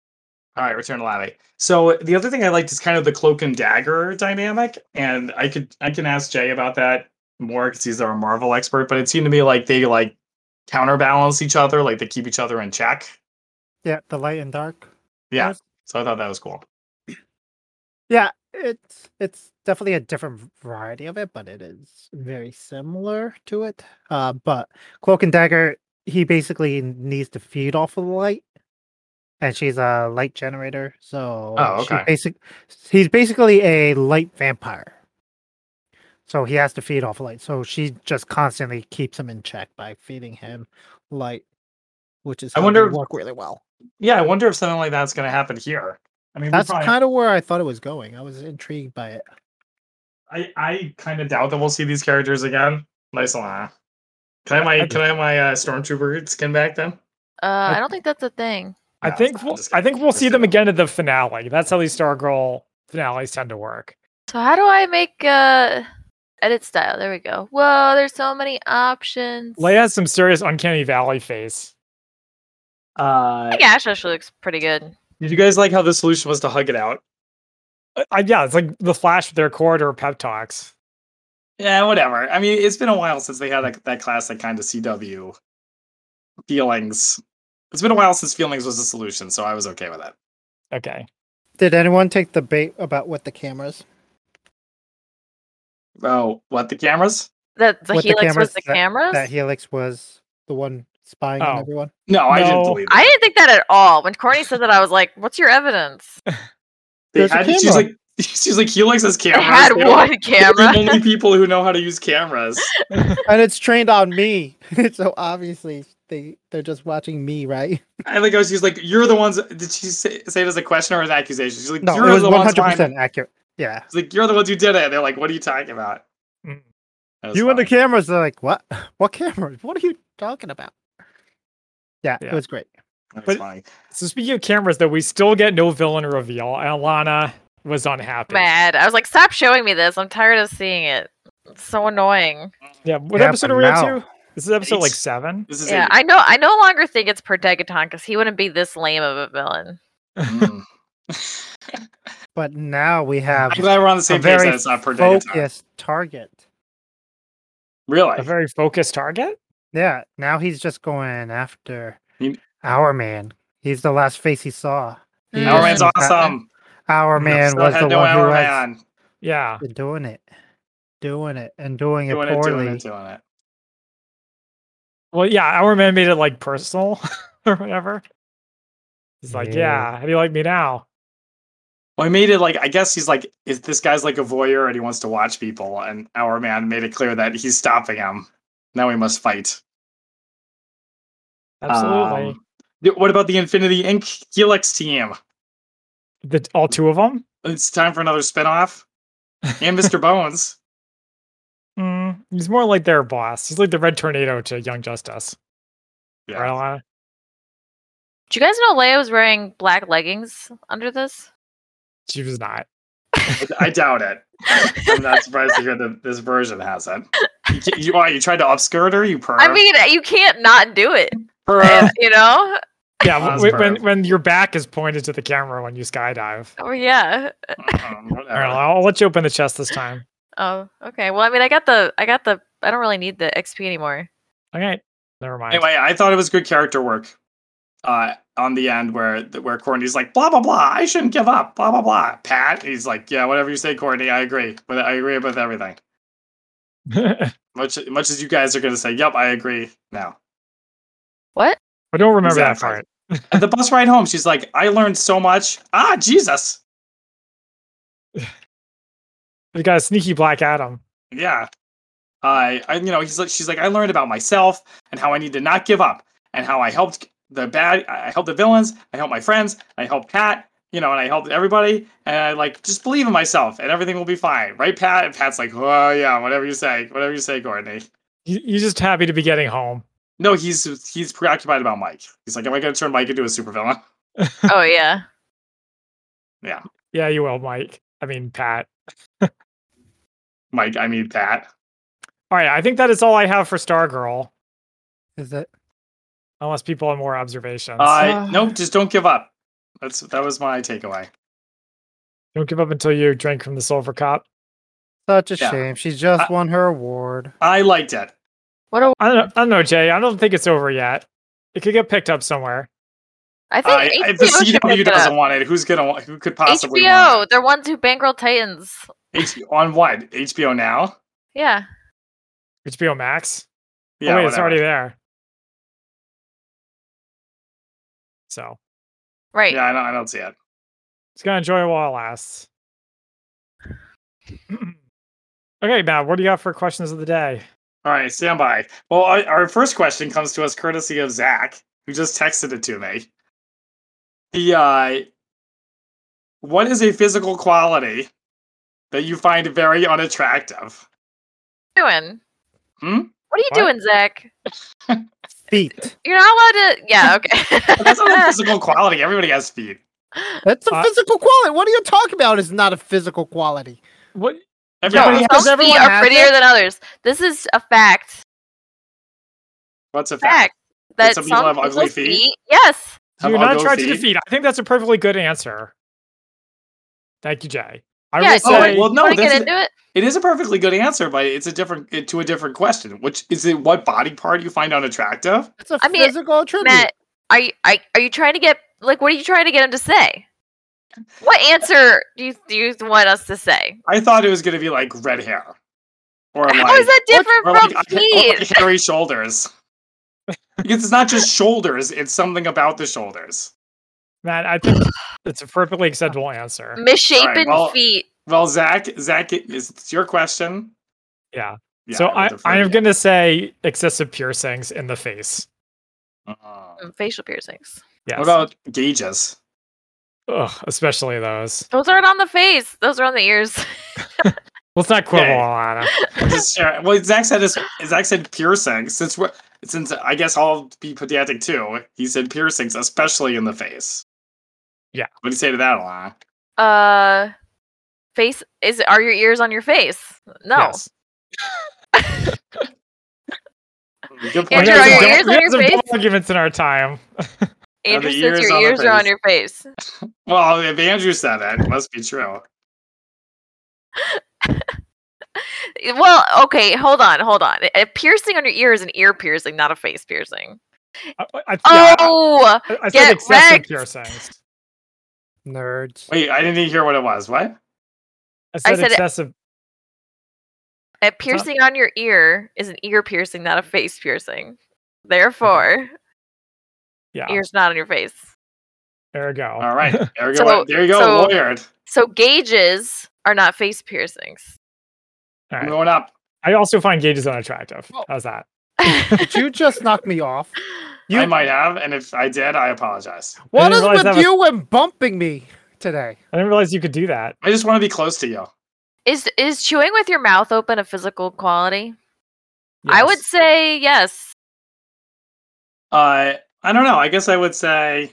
A: All right, return to lobby. So the other thing I liked is kind of the cloak and dagger dynamic, and I could I can ask Jay about that more because he's our Marvel expert. But it seemed to me like they like counterbalance each other, like they keep each other in check.
D: Yeah, the light and dark.
A: Yeah.
D: Yes.
A: So I thought that was cool.
D: Yeah, it's it's definitely a different variety of it, but it is very similar to it. Uh, but Cloak and Dagger, he basically needs to feed off of the light, and she's a light generator. So
A: Oh,
D: she
A: okay.
D: basic, he's basically a light vampire. So he has to feed off light. So she just constantly keeps him in check by feeding him light, which is
A: I
D: how they
A: wonder-
D: work really well.
A: Yeah, I wonder if something like that's going to happen here. I mean, we
D: That's
A: probably-
D: kind of where I thought it was going. I was intrigued by it.
A: I, I kind of doubt that we'll see these characters again. Nice Alana. Can I have my can I have my uh, stormtrooper skin back then?
C: Uh, I don't think that's a thing.
B: I
A: No,
B: think
A: it's not.
B: we'll,
A: Just
B: I
A: kidding.
B: think we'll
A: Just
B: see them
A: kidding.
B: again at the finale. That's how these Stargirl finales tend to work.
C: So how do I make uh edit style? There we go. Whoa, there's so many options.
B: Leia has some serious uncanny valley face.
A: Uh,
C: I think Ash actually looks pretty good.
A: did you guys like how the solution was to hug it out?
B: Uh, I, I- yeah, it's like the Flash with their corridor pep talks.
A: Yeah, whatever. I mean, it's been a while since they had that, that classic kind of CW feelings. It's been a while since feelings was a solution, so I was okay with it.
B: Okay.
D: Did anyone take the bait about with the cameras?
A: Oh, what the cameras?
C: That the
D: With the
C: Helix was
D: cameras,
C: the
D: that-
C: cameras.
D: That Helix was the one spying on
B: Oh.
D: everyone.
A: No, I didn't
B: No.
A: believe it.
C: I didn't think that at all. When Corny said that, I was like, "What's your evidence?"
A: They
D: There's a
A: had, she's
D: camera.
A: like, she's like, Helix has
C: They
A: cameras.
C: had
A: They're-
C: one
A: they're the
C: camera.
A: only people who know how to use cameras.
D: And it's trained on me. so obviously they they're just watching me, right?
A: I think I was. She's like, "You're the ones." Did she say, say it as a question or as an accusation? She's like,
D: No,
A: "You're
D: it was
A: the
D: one
A: ones
D: hundred
A: behind."
D: percent accurate. Yeah.
A: She's like, "You're the ones who did it." And they're like, "What are you talking about?"
B: Mm.
A: That was
D: You and the
A: fine.
D: cameras, they're like, What? What cameras? What are you talking about? Yeah,
B: Yeah.
D: it was great.
A: That was
B: but-
A: funny.
B: So speaking of cameras, though, we still get no villain reveal, and Alana was unhappy.
C: Mad. I was like, "Stop showing me this. I'm tired of seeing it. It's so annoying."
B: Yeah. What
D: Yeah,
B: episode
D: but
B: are we up
D: now-
B: to? This is episode like
A: Eight.
B: seven.
A: This is
C: Yeah,
A: it.
C: I know. I no longer think it's Perdegaton because he wouldn't be this lame of a villain.
A: Mm.
D: But now we have
A: I'm glad we're on the
D: a
A: same page.
D: very
A: That it's not per day time.
D: focused target.
A: Really?
B: A very focused target.
D: Yeah, now he's just going after
A: You-
D: our man. He's the last face he saw. He
A: Our
D: was
A: man's
D: in fact-
A: awesome.
D: Our man was the one who
A: Our
D: was
A: man.
B: Yeah.
D: been doing it, doing it, and doing,
A: Doing
D: it
A: it,
D: poorly.
A: doing it, doing it.
B: Well, yeah. Our man made it like personal or whatever. He's like,
D: Yeah.
B: yeah. How do you like me now?
A: Well, he made it like I guess he's like, is this guy's like a voyeur and he wants to watch people? And our man made it clear that he's stopping him. Now we must fight.
B: Absolutely.
A: Um, th- what about the Infinity Inc. Helix team?
B: the all two of them.
A: It's time for another spinoff. And Mr. Bones.
B: Mm, he's more like their boss. He's like the Red Tornado to Young Justice.
A: Yeah.
B: Right, Alana?
C: Do you guys know Leia was wearing black leggings under this?
B: She was not.
A: I, I doubt it. I'm not surprised to hear that this version has it. You, ca- you, why, you tried to obscure her? You perv.
C: I mean, you can't not do it.
A: perv.
C: You know?
B: Yeah,
A: That was
B: w- when
A: perfect.
B: when your back is pointed to the camera when you skydive.
C: Oh yeah.
A: Mm,
B: All right,
A: whatever.
B: I'll I'll let you open the chest this time.
C: Oh, okay. Well, I mean, I got the, I got the, I don't really need the XP anymore.
B: Okay, never mind.
A: Anyway, I thought it was good character work. Uh, on the end where where Courtney's like blah blah blah, I shouldn't give up, blah blah blah. Pat, he's like, yeah, whatever you say, Courtney, I agree. But I agree with everything.
B: I
A: Much much as you guys are gonna say, yep, I agree now.
C: What?
B: don't remember that
A: Exactly.
B: part.
A: At the bus ride home, she's like, I learned so much. Ah, Jesus.
B: We got a sneaky Black Adam.
A: Yeah. I, I, you know, he's like, she's like, I learned about myself and how I need to not give up and how I helped the bad, I I helped the villains, I helped my friends, I helped Pat, you know, and I helped everybody. And I like, just believe in myself and everything will be fine. Right, Pat? And Pat's like, oh, yeah, whatever you say, whatever you say, Courtney.
B: He, he's just happy to be getting home.
A: No, he's, he's preoccupied about Mike. He's like, am I going to turn Mike into a supervillain?
C: Oh yeah.
B: Yeah, you will, Mike. I mean, Pat.
A: Mike, I mean, Pat.
B: All right, I think that is all I have for Stargirl,
D: Is it?
B: unless people have more observations.
A: Uh, nope, just don't give up. That's, that was my takeaway.
B: Don't give up until you drink from the silver cup.
D: Such a
A: Yeah.
D: shame. She just
A: Uh,
D: won her award.
A: I liked it.
C: What a,
B: I don't, I don't know, Jay. I don't think it's over yet. It could get picked up somewhere.
C: I think
A: I, if the
C: HBO should
A: CW
C: pick it
A: doesn't
C: up.
A: want it, who's gonna? wa- Who could possibly? want it?
C: HBO, they're ones who bankroll Titans.
A: H- on what? HBO Now?
C: Yeah.
B: HBO Max.
A: Yeah,
B: oh, wait, it's
A: whatever.
B: already there. So
C: Right.
A: Yeah, I don't, I don't see it.
B: it's gonna enjoy it while it lasts. okay, Matt, what do you got for questions of the day?
A: All right, stand by. Well, our, our first question comes to us courtesy of Zach, who just texted it to me. The uh, what is a physical quality that you find very unattractive?
C: What are you doing?
A: Hmm?
C: What are you
B: What?
C: doing, Zach?
D: Feet.
C: You're not allowed to. Yeah. Okay.
A: That's not a physical quality. Everybody has feet.
D: That's a
B: Uh,
D: physical quality. What are you talking about? Is not a physical quality.
B: What?
A: Everybody.
B: Yeah.
A: has-
B: Does
C: Some feet
B: everyone
C: are
B: have
C: prettier
B: it?
C: than others. This is a fact.
A: What's a fact?
C: Fact. that
A: some
C: some
A: people have
C: people
A: ugly feet?
C: Yes.
A: Have
B: Do not
A: ugly
B: try to
A: feet?
B: defeat. I think that's a perfectly good answer. Thank you, Jay. I
C: Yeah,
B: will
C: so-
A: Oh,
B: say,
A: wait, well, no,
C: Want to
A: that's
C: get
A: an,
C: into it?
A: it is a perfectly good answer, but it's a different it- to a different question, which is it what body part you find unattractive?
D: It's a
C: I mean,
D: physical attribute.
C: Matt, are you I, are you trying to get like what are you trying to get him to say? What answer do you do you want us to say?
A: I thought it was going to be like red hair, or like,
C: How is that different
A: or
C: from
A: like, or
C: feet?
A: like hairy shoulders. because it's not just shoulders; it's something about the shoulders.
B: Matt, I think it's a perfectly acceptable answer.
C: Mm. Misshapen
A: well-
C: feet.
A: Well, Zach, Zach, it- is it's your question?
B: Yeah.
A: Yeah,
B: so
A: would
B: I,
A: defer
B: I
A: to
B: am
A: you.
B: going to say excessive piercings in the face.
A: Uh,
C: and Facial piercings.
B: Yes.
A: What about gauges?
B: Ugh, especially those.
C: Those aren't on the face. Those are on the ears.
B: Let's not quibble
A: Okay.
B: on it.
A: We're just sharing- well, Zach said his, Zach said piercings. Since we're, since I guess I'll be pedantic too. He said piercings, especially in the face.
B: Yeah.
A: What do you say to that, Alana?
C: Uh, face is are your ears on your face? No.
B: Yes.
A: Good point.
C: Andrew,
B: We had
C: are
B: some
C: your
B: dumb-
C: ears on
B: we had
C: your
B: some dumb
C: face?
B: arguments in our time.
A: the
C: Andrew says
A: ears
C: your
A: on the
C: ears are on
A: face.
C: your face.
A: Well, if Andrew said it, it must be true.
C: Well, okay, hold on, hold on. A piercing on your ear is an ear piercing, not a face piercing.
B: I, I, yeah,
C: Oh,
B: I, I said
C: get
B: excessive
C: wrecked.
B: piercings.
D: Nerds.
A: Wait, I didn't even hear what it was. What?
B: I said,
C: said it-
B: excessive.
C: a piercing on your ear is an ear piercing, not a face piercing. Therefore,
B: Yeah,
C: ears not on your face.
B: there we go.
A: All right, there you go.
C: So-
A: there you go.
C: so-
A: lawyered.
C: So gauges are not face piercings.
B: All
A: I'm
B: right.
A: going up.
B: I also find gauges unattractive. How's that?
D: Did you just knock me off?
B: You-
A: I might have, and if I did, I apologize.
D: What
B: didn't
D: is
B: realize that
D: with
B: was-
D: you and bumping me today?
B: I didn't realize you could do that.
A: I just want to be close to you.
C: Is is chewing with your mouth open a physical quality? I would
B: Yes.
C: say yes.
A: Uh, I don't know. I guess I would say.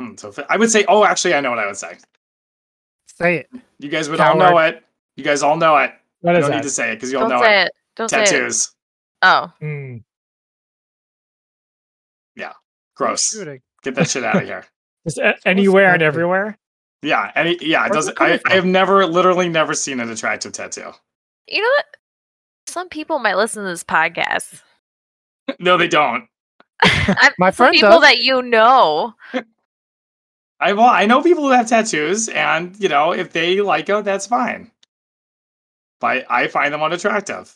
A: Hmm, so if- I would say. Oh, actually, I know what I would say.
D: Say it.
A: You guys would all
D: Coward.
A: know it. You guys all know it.
B: What
A: I
B: is
A: don't
B: that?
A: need to say it because you all
C: Don't
A: know
C: say
A: it.
C: it. Don't say it.
A: Tattoos.
C: Oh,
B: Mm,
A: Gross.
D: Shooting.
A: Get that shit out of here.
B: Just a- anywhere and
D: disgusting.
B: everywhere.
A: Yeah. Any. Yeah. It
D: Where's it
A: doesn't.
D: coming
A: I, I have never, literally, never seen an attractive tattoo.
C: you know what? Some people might listen to this podcast.
A: No, they don't.
C: I'm
D: My
C: some
D: friend
C: people
D: does.
C: that you know.
A: I well, I know people who have tattoos, and you know, if they like it, that's fine. But I find them unattractive,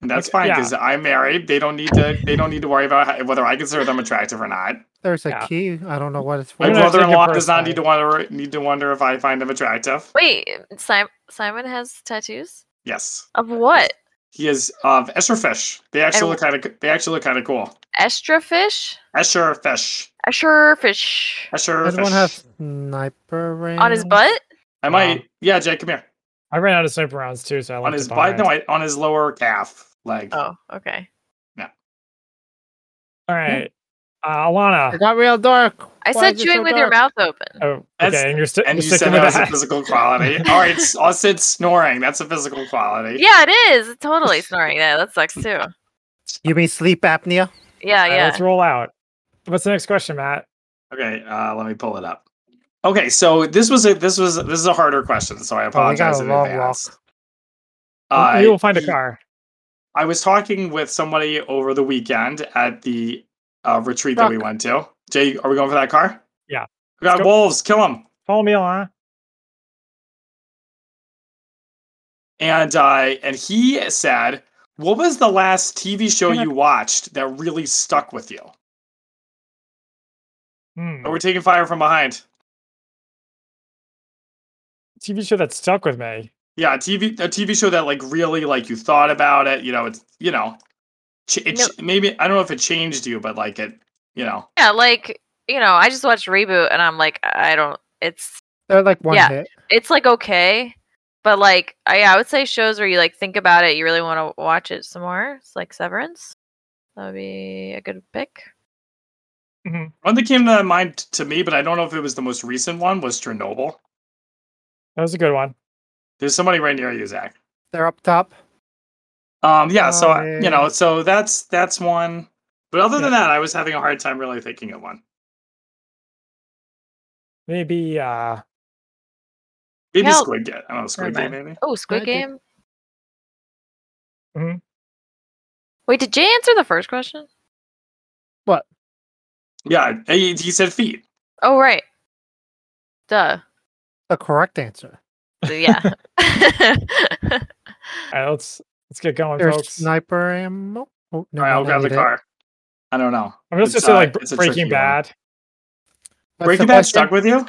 A: and that's
B: Okay,
A: fine
B: yeah.
A: because I'm married. They don't need to. They don't need to worry about how, whether I consider them attractive or not.
D: There's a
B: Yeah.
D: key. I don't know what it's for.
A: My
B: don't have to take it
A: brother-in-law does not need to
B: personally.
A: wonder need to wonder if I find them attractive.
C: Wait, Simon, Simon has tattoos
A: Yes,
C: of what?
A: he is of Escherfish. They actually
C: And-
A: look kind of. They actually look kind of cool.
C: Extra fish,
A: Escherfish.
C: Escher fish
A: Escherfish.
D: Everyone has sniper range.
C: on his butt.
A: I might. Yeah, Jake, come here.
B: I ran out of sniper rounds too, so I left
A: On his
B: it
A: butt.
B: behind.
A: No, I, on his lower calf leg.
C: Oh, okay.
B: All right, uh,
D: It
B: Alana.
D: got real dark.
C: I
D: Why
C: said
D: is it
C: chewing
D: so
C: with your
D: dark?
C: mouth open.
B: Oh,
A: That's-
B: okay, and you're, sti-
A: And
B: you're
A: you said
B: sticking
A: that
B: with
A: was a
B: that.
A: physical quality. All right, s- I said snoring. That's a physical quality.
C: Yeah, it is. It's totally snoring. Yeah, that sucks too.
D: You mean sleep apnea?
C: Yeah,
B: All right,
C: yeah.
B: let's roll out. What's the next question, Matt?
A: Okay, uh, let me pull it up. Okay, so this was a this was this is a harder question, so
B: Oh,
A: I
D: got
A: apologize
D: a
A: in
D: long
A: advance.
B: We-
A: Uh,
B: we will find a
A: y-
B: car.
A: I was talking with somebody over the weekend at the uh, retreat that we
D: Truck.
A: went to. Jay, are we going for that car?
B: Yeah.
A: We got
B: Let's go.
A: wolves. Kill them.
B: Follow me, Alana.
A: and uh, and he said, "What was the last TV show
B: Can I-
A: you watched that really stuck with you?"
B: Hmm.
A: Oh, we're taking fire from behind.
B: TV show that stuck with me.
A: Yeah, a TV a TV show that like really like you thought about it. You know, it's you know, ch- it,
C: No.
A: ch- maybe I don't know if it changed you, but like it, you know,
C: Yeah, like you know, I just watched reboot, and I'm like, I don't. It's
D: They're like one
C: Yeah.
D: hit.
C: it's like okay, but like I, I would say shows where you like think about it, you really want to watch it some more. It's like Severance. That would be a good pick.
A: one that came to mind t- to me, but I don't know if it was the most recent one was Chernobyl.
B: That was a good one.
A: There's somebody right near you, Zach.
D: They're up top.
A: Um, yeah, so
D: Oh,
A: I- you know, so that's that's one. But other than
B: Yeah.
A: that, I was having a hard time really thinking of one.
B: Maybe uh
A: Maybe
C: Hell-
A: Squid Game. I don't know, Squid
C: Never
A: Game maybe.
C: Oh, Squid
D: I think-
C: Game.
A: Mm-hmm.
B: Mhm.
C: Wait, did Jay answer the first question?
A: Yeah, he, he said feet.
C: Oh, right. Duh.
D: The correct answer.
C: Yeah.
B: all right, let's let's get going,
D: There's
B: folks.
D: sniper ammo. Oh, no,
A: All right, I'll
D: no,
A: grab the
D: need it.
A: car. I don't know.
B: I mean, let's
A: It's,
B: just say
A: uh,
B: like
A: it's a tricky
B: Breaking
A: one.
B: Bad.
D: What's
A: Breaking
D: the
A: Bad
D: question?
A: stuck with you?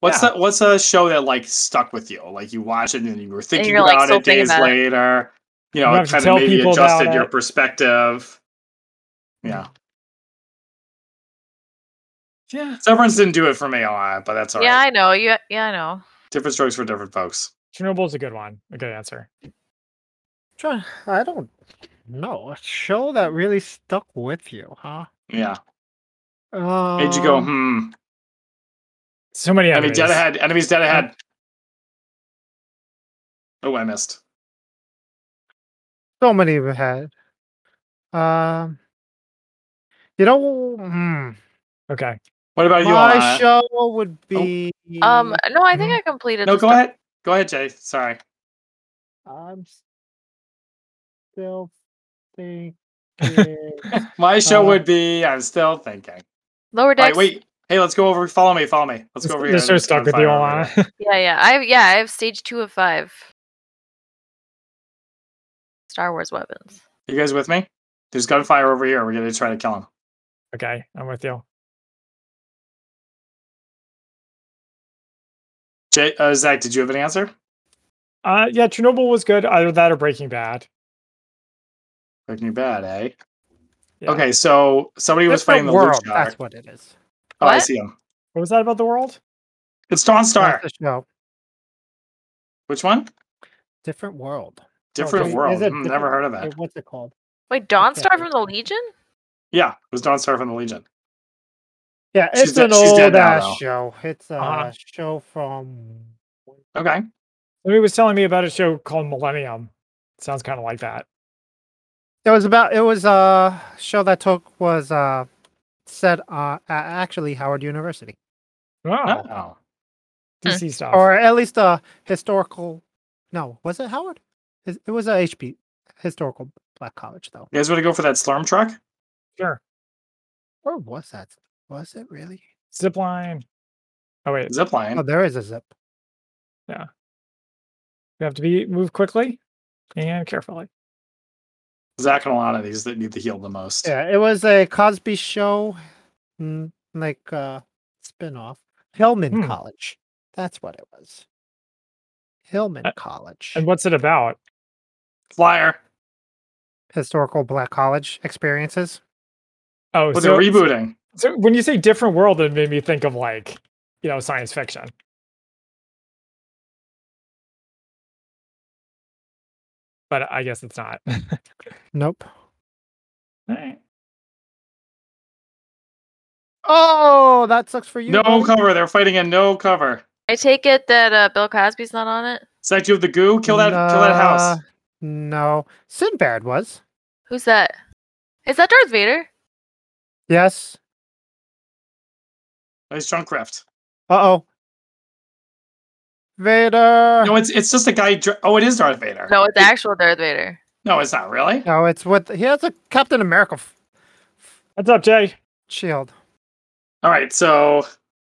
A: What's
B: Yeah.
A: that? What's a show that like stuck with you? Like you watch it and you were thinking
C: you're, like,
A: about
C: still
A: it
C: thinking
A: days
C: about it.
A: later. You
B: You
A: know,
B: have to
A: kind
B: tell
A: of maybe
B: people
A: adjusted
B: about
A: your
B: it.
A: perspective. Yeah,
B: Yeah.
A: Severance didn't do it for me a lot, but that's all right.
C: yeah, I know. You, yeah, I know.
A: Different strokes for different folks.
B: Chernobyl's a good one. A good answer.
D: Try- I don't know. A show that really stuck with you, huh?
A: Yeah,
D: Um,
A: made you go hmm.
B: So many
A: Enemy
B: enemies.
A: dead ahead. Enemies dead ahead. Oh, I missed.
D: So many we had. Um, you know, hmm,
B: Okay.
A: What about Oh, you? Oh.
D: my
A: Alana?
D: show would be.
C: Um, no, I think
B: Mhm.
C: I completed.
A: Mm-hmm. no,
C: the
A: go
C: sto-
A: ahead. Go ahead, Jay. Sorry.
D: I'm still thinking.
A: My show
D: Uh,
A: would be. I'm still thinking.
C: Lower
A: All
C: decks.
A: right, wait. Hey, let's go over. Follow me. Follow me. Let's go over here.
B: They're so
A: It's on
B: stuck with you,
A: fire over there.
B: Alana.
C: Yeah, yeah. I have yeah, I have stage two of five. Star Wars weapons.
A: You guys with me? There's gunfire over here. We're gonna try to kill him.
B: okay, I'm with you.
A: Jay, uh, Zach, did you have an answer?
B: Uh, yeah, Chernobyl was good. Either that or Breaking Bad.
A: Breaking Bad, eh?
B: Yeah.
A: Okay, so somebody was fighting
D: Different
A: the
D: world.
A: Luke Star.
D: That's what it is.
A: Oh, I
C: What?
A: see him.
B: What was that about the world?
A: It's Dawn Star.
D: That's the show.
A: Which one?
D: Different world.
A: Different
D: is
A: world.
D: it
A: Hmm,
D: different-
A: never heard of that.
D: Wait, What's it called?
C: Wait, Dawnstar
D: Okay.
C: from the Legion?
A: Yeah, it was Dawn Star from the Legion.
D: Yeah,
A: She's
D: it's
A: dead-
D: an
A: she's
D: old
A: dead now,
D: ass
A: though.
D: show. It's a
B: Uh-huh.
D: show from.
A: Okay.
B: Somebody was telling me about a show called Millennium. Sounds kind of like that.
D: It was about. It was a show that took was uh, set uh, at actually Howard University,
B: Wow.
A: Oh.
B: DC stuff.
D: or at least a historical. No, was it Howard? It it was a HB historical black college though.
A: You guys want to go for that storm truck?
B: Sure.
D: Where was that? Was it really?
B: Zipline. Oh wait,
A: Zip line.
D: Oh, there is a zip.
B: you have to be move quickly and carefully.
A: Zach and Alana, these that need to heal the most.
D: Yeah, it was a Cosby show, mm, like uh spin-off. Hillman
B: Hmm.
D: College. That's what it was. Hillman College.
B: And what's it about?
A: Flyer.
D: Historical black college experiences.
B: Oh,
A: Well,
B: so,
A: they're rebooting.
B: so when you say different world, it made me think of like, you know, science fiction. But I guess it's not. All
D: Nope.
B: right.
D: Oh, that sucks for you.
A: no
D: buddy.
A: cover. They're fighting in no cover.
C: I take it that uh, Bill Cosby's not on it.
A: Zach, do you have the goo? Kill that kill that house.
D: Nah, No. Sinbad was.
C: Who's that? Is that Darth Vader?
D: Yes.
A: Nice junk craft.
D: Uh-oh. Vader.
A: No, it's it's just a guy. Dr- oh, it is Darth Vader.
C: No, it's actual Darth Vader.
A: no, it's not really.
D: No, it's with he has a Captain America f-
B: What's up, Jay?
D: shield.
A: All right, so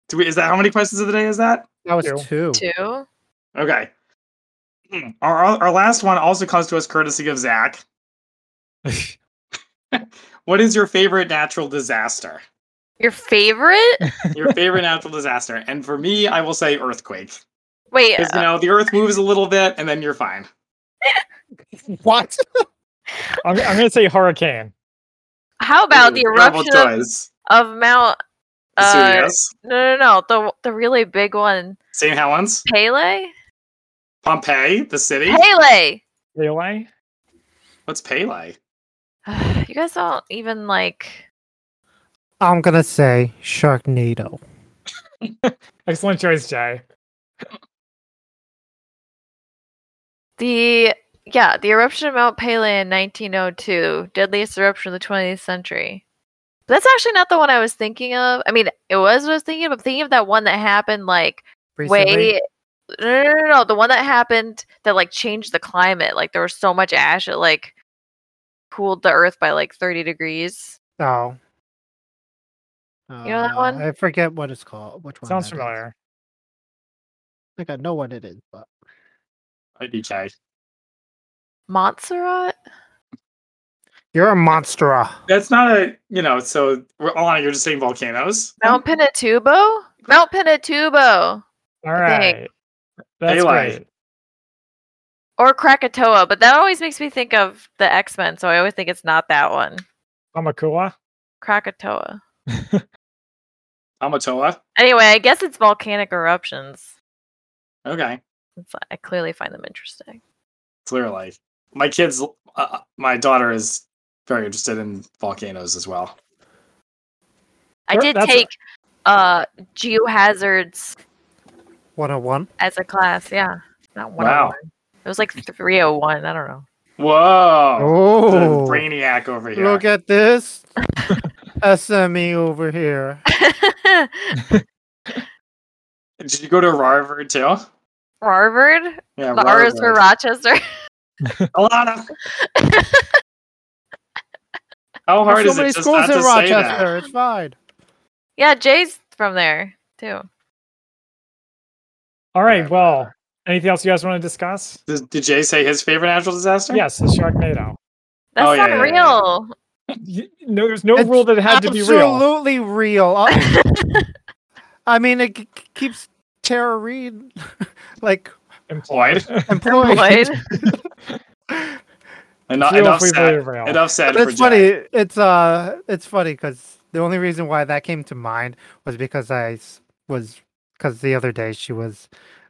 A: do we, is that how many questions of the day is that?
D: That was
B: Two.
D: two.
C: Two.
A: Okay. Hmm, Our our last one also comes to us courtesy of Zach. What is your favorite natural disaster?
C: Your favorite?
A: Your favorite natural disaster, and for me, I will say earthquake.
C: Wait,
A: Because you know the Earth moves a little bit, and then you're fine.
D: What?
B: I'm, I'm gonna say hurricane.
C: how about
A: Ooh,
C: the
A: terrible
C: eruption of,
A: choice.
C: of Mount? Uh,
A: Vesuvius,
C: no, no, no. The the really big one,
A: St. Helens,
C: Pele.
A: Pompeii, the city.
C: Pele.
B: Relay?
A: What's Pele?
C: you guys don't even like.
D: I'm gonna say Sharknado.
B: Excellent choice, Jay.
C: The oh yeah, the eruption of Mount Pele in 1902, deadliest eruption of the 20th century. But that's actually not the one I was thinking of. I mean, it was what I was thinking, but I'm thinking of that one that happened like
D: Recently.
C: way. No, no, no, no, no, the one that happened that like changed the climate. Like there was so much ash, it like cooled the Earth by like 30 degrees.
D: Oh.
C: You know that
D: Uh,
C: one?
D: I forget what it's called. Which one?
B: Sounds
D: that is.
B: familiar.
D: I think I know what it is, but
A: I'd be Jay.
C: Montserrat?
D: you're a monstera.
A: That's not a you know. So we're- Alana, you're just saying volcanoes.
C: Mount Pinatubo? Mount
B: All
C: Pinatubo I think.
B: right. That's
A: Daylight.
B: great.
C: or Krakatoa, but that always makes me think of the X Men, so I always think it's not that one.
B: Kamakua.
C: Krakatoa.
A: Amatoa.
C: Anyway, I guess it's volcanic eruptions.
A: Okay,
C: It's, I clearly find them interesting.
A: clearly. My kids, uh, uh, my daughter is very interested in volcanoes as well.
C: I
B: Sure,
C: did
B: that's a-
C: take uh geohazards
D: 101.
C: as a class. Yeah. Not one.
A: Wow.
C: It was like 301. I don't know.
A: Whoa, the
D: Oh,
A: brainiac over here.
D: look at this. SME over here.
A: Did you go to Harvard too?
C: Harvard?
A: Yeah,
C: The R is for
A: Harvard.
C: Rochester.
A: Alana. How hard is
D: There's Oh, so many
A: it just
D: schools
A: not to
D: in
A: say that?
D: Rochester. It's fine.
C: yeah, Jay's from there too.
B: All
A: Yeah.
B: right. Well, anything else you guys want to discuss?
A: Did, did Jay say his favorite natural disaster?
B: Yes, the Sharknado.
C: That's
A: Oh, yeah, yeah,
C: not
A: yeah, yeah.
C: real.
B: Y- No, there's no
D: It's
B: rule that it had to be real.
D: Absolutely real. Uh, I mean, it k- k- keeps Tara Reid like
A: Employed.
D: employed.
C: Lloyd.
A: Enough,
B: Feel
A: enough
B: free
A: said.
B: to real.
A: Enough said. for
D: That's
A: Jay.
D: funny. It's uh, it's funny because the only reason why that came to mind was because I s- was because the other day she was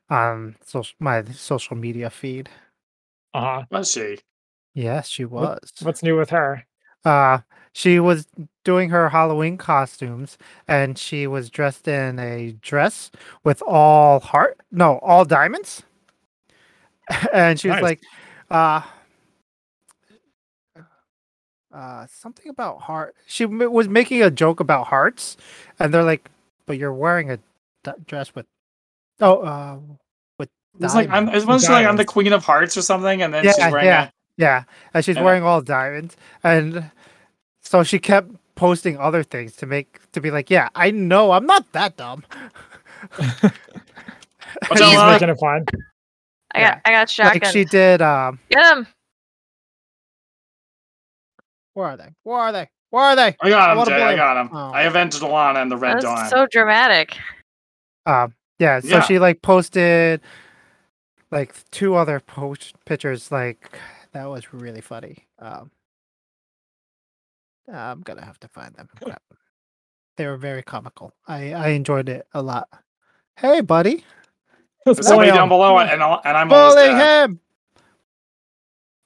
D: on social, my social media feed.
B: Uh-huh.
A: Was she?
D: Yes, she was.
B: What- What's new with her?
D: Uh, she was doing her Halloween costumes, and she was dressed in a dress with all heart, no, all diamonds. and she was
B: Nice.
D: like, uh, uh, something about heart. She m- was making a joke about hearts, and they're like, but you're wearing a d- dress with, oh, uh, with
A: It's like I'm.
D: diamonds."
A: It was like I'm the
B: Diamonds.
A: Queen of Hearts or something, and then
D: Yeah,
A: she's wearing.
D: yeah.
A: Yeah.
D: Yeah, and she's
A: And-
D: wearing all diamonds, and so she kept posting other things to make to be like, yeah, I know I'm not that dumb.
A: Which
B: She's
A: I love.
B: making it fun.
C: I
D: Yeah.
C: got I got shotgun.
D: like she did. Um,
C: Get him.
D: where are they? Where are they? Where are they?
A: I got him,
D: What a
A: Jay. I
D: boy.
A: got him.
D: Oh.
A: I avenged Alana and the Red Dawn.
C: That's so dramatic.
D: Um, yeah. So
A: Yeah.
D: she like posted like two other post pictures. Like that was really funny. Um, I'm gonna have to find them. Crap. They were very comical. I I enjoyed it a lot. Hey, buddy.
A: There's somebody
D: William.
A: down below, and, I'll- and I'm almost
D: Bowling
A: dead.
D: him.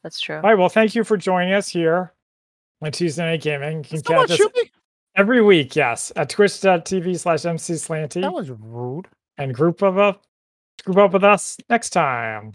C: That's true.
B: All right. Well, thank you for joining us here on Tuesday Night Gaming. You can
D: Someone
B: catch us
D: shoot me.
B: every week, yes, at twitch.tv slash mcslanty
D: That was rude.
B: and group up, group up with us next time.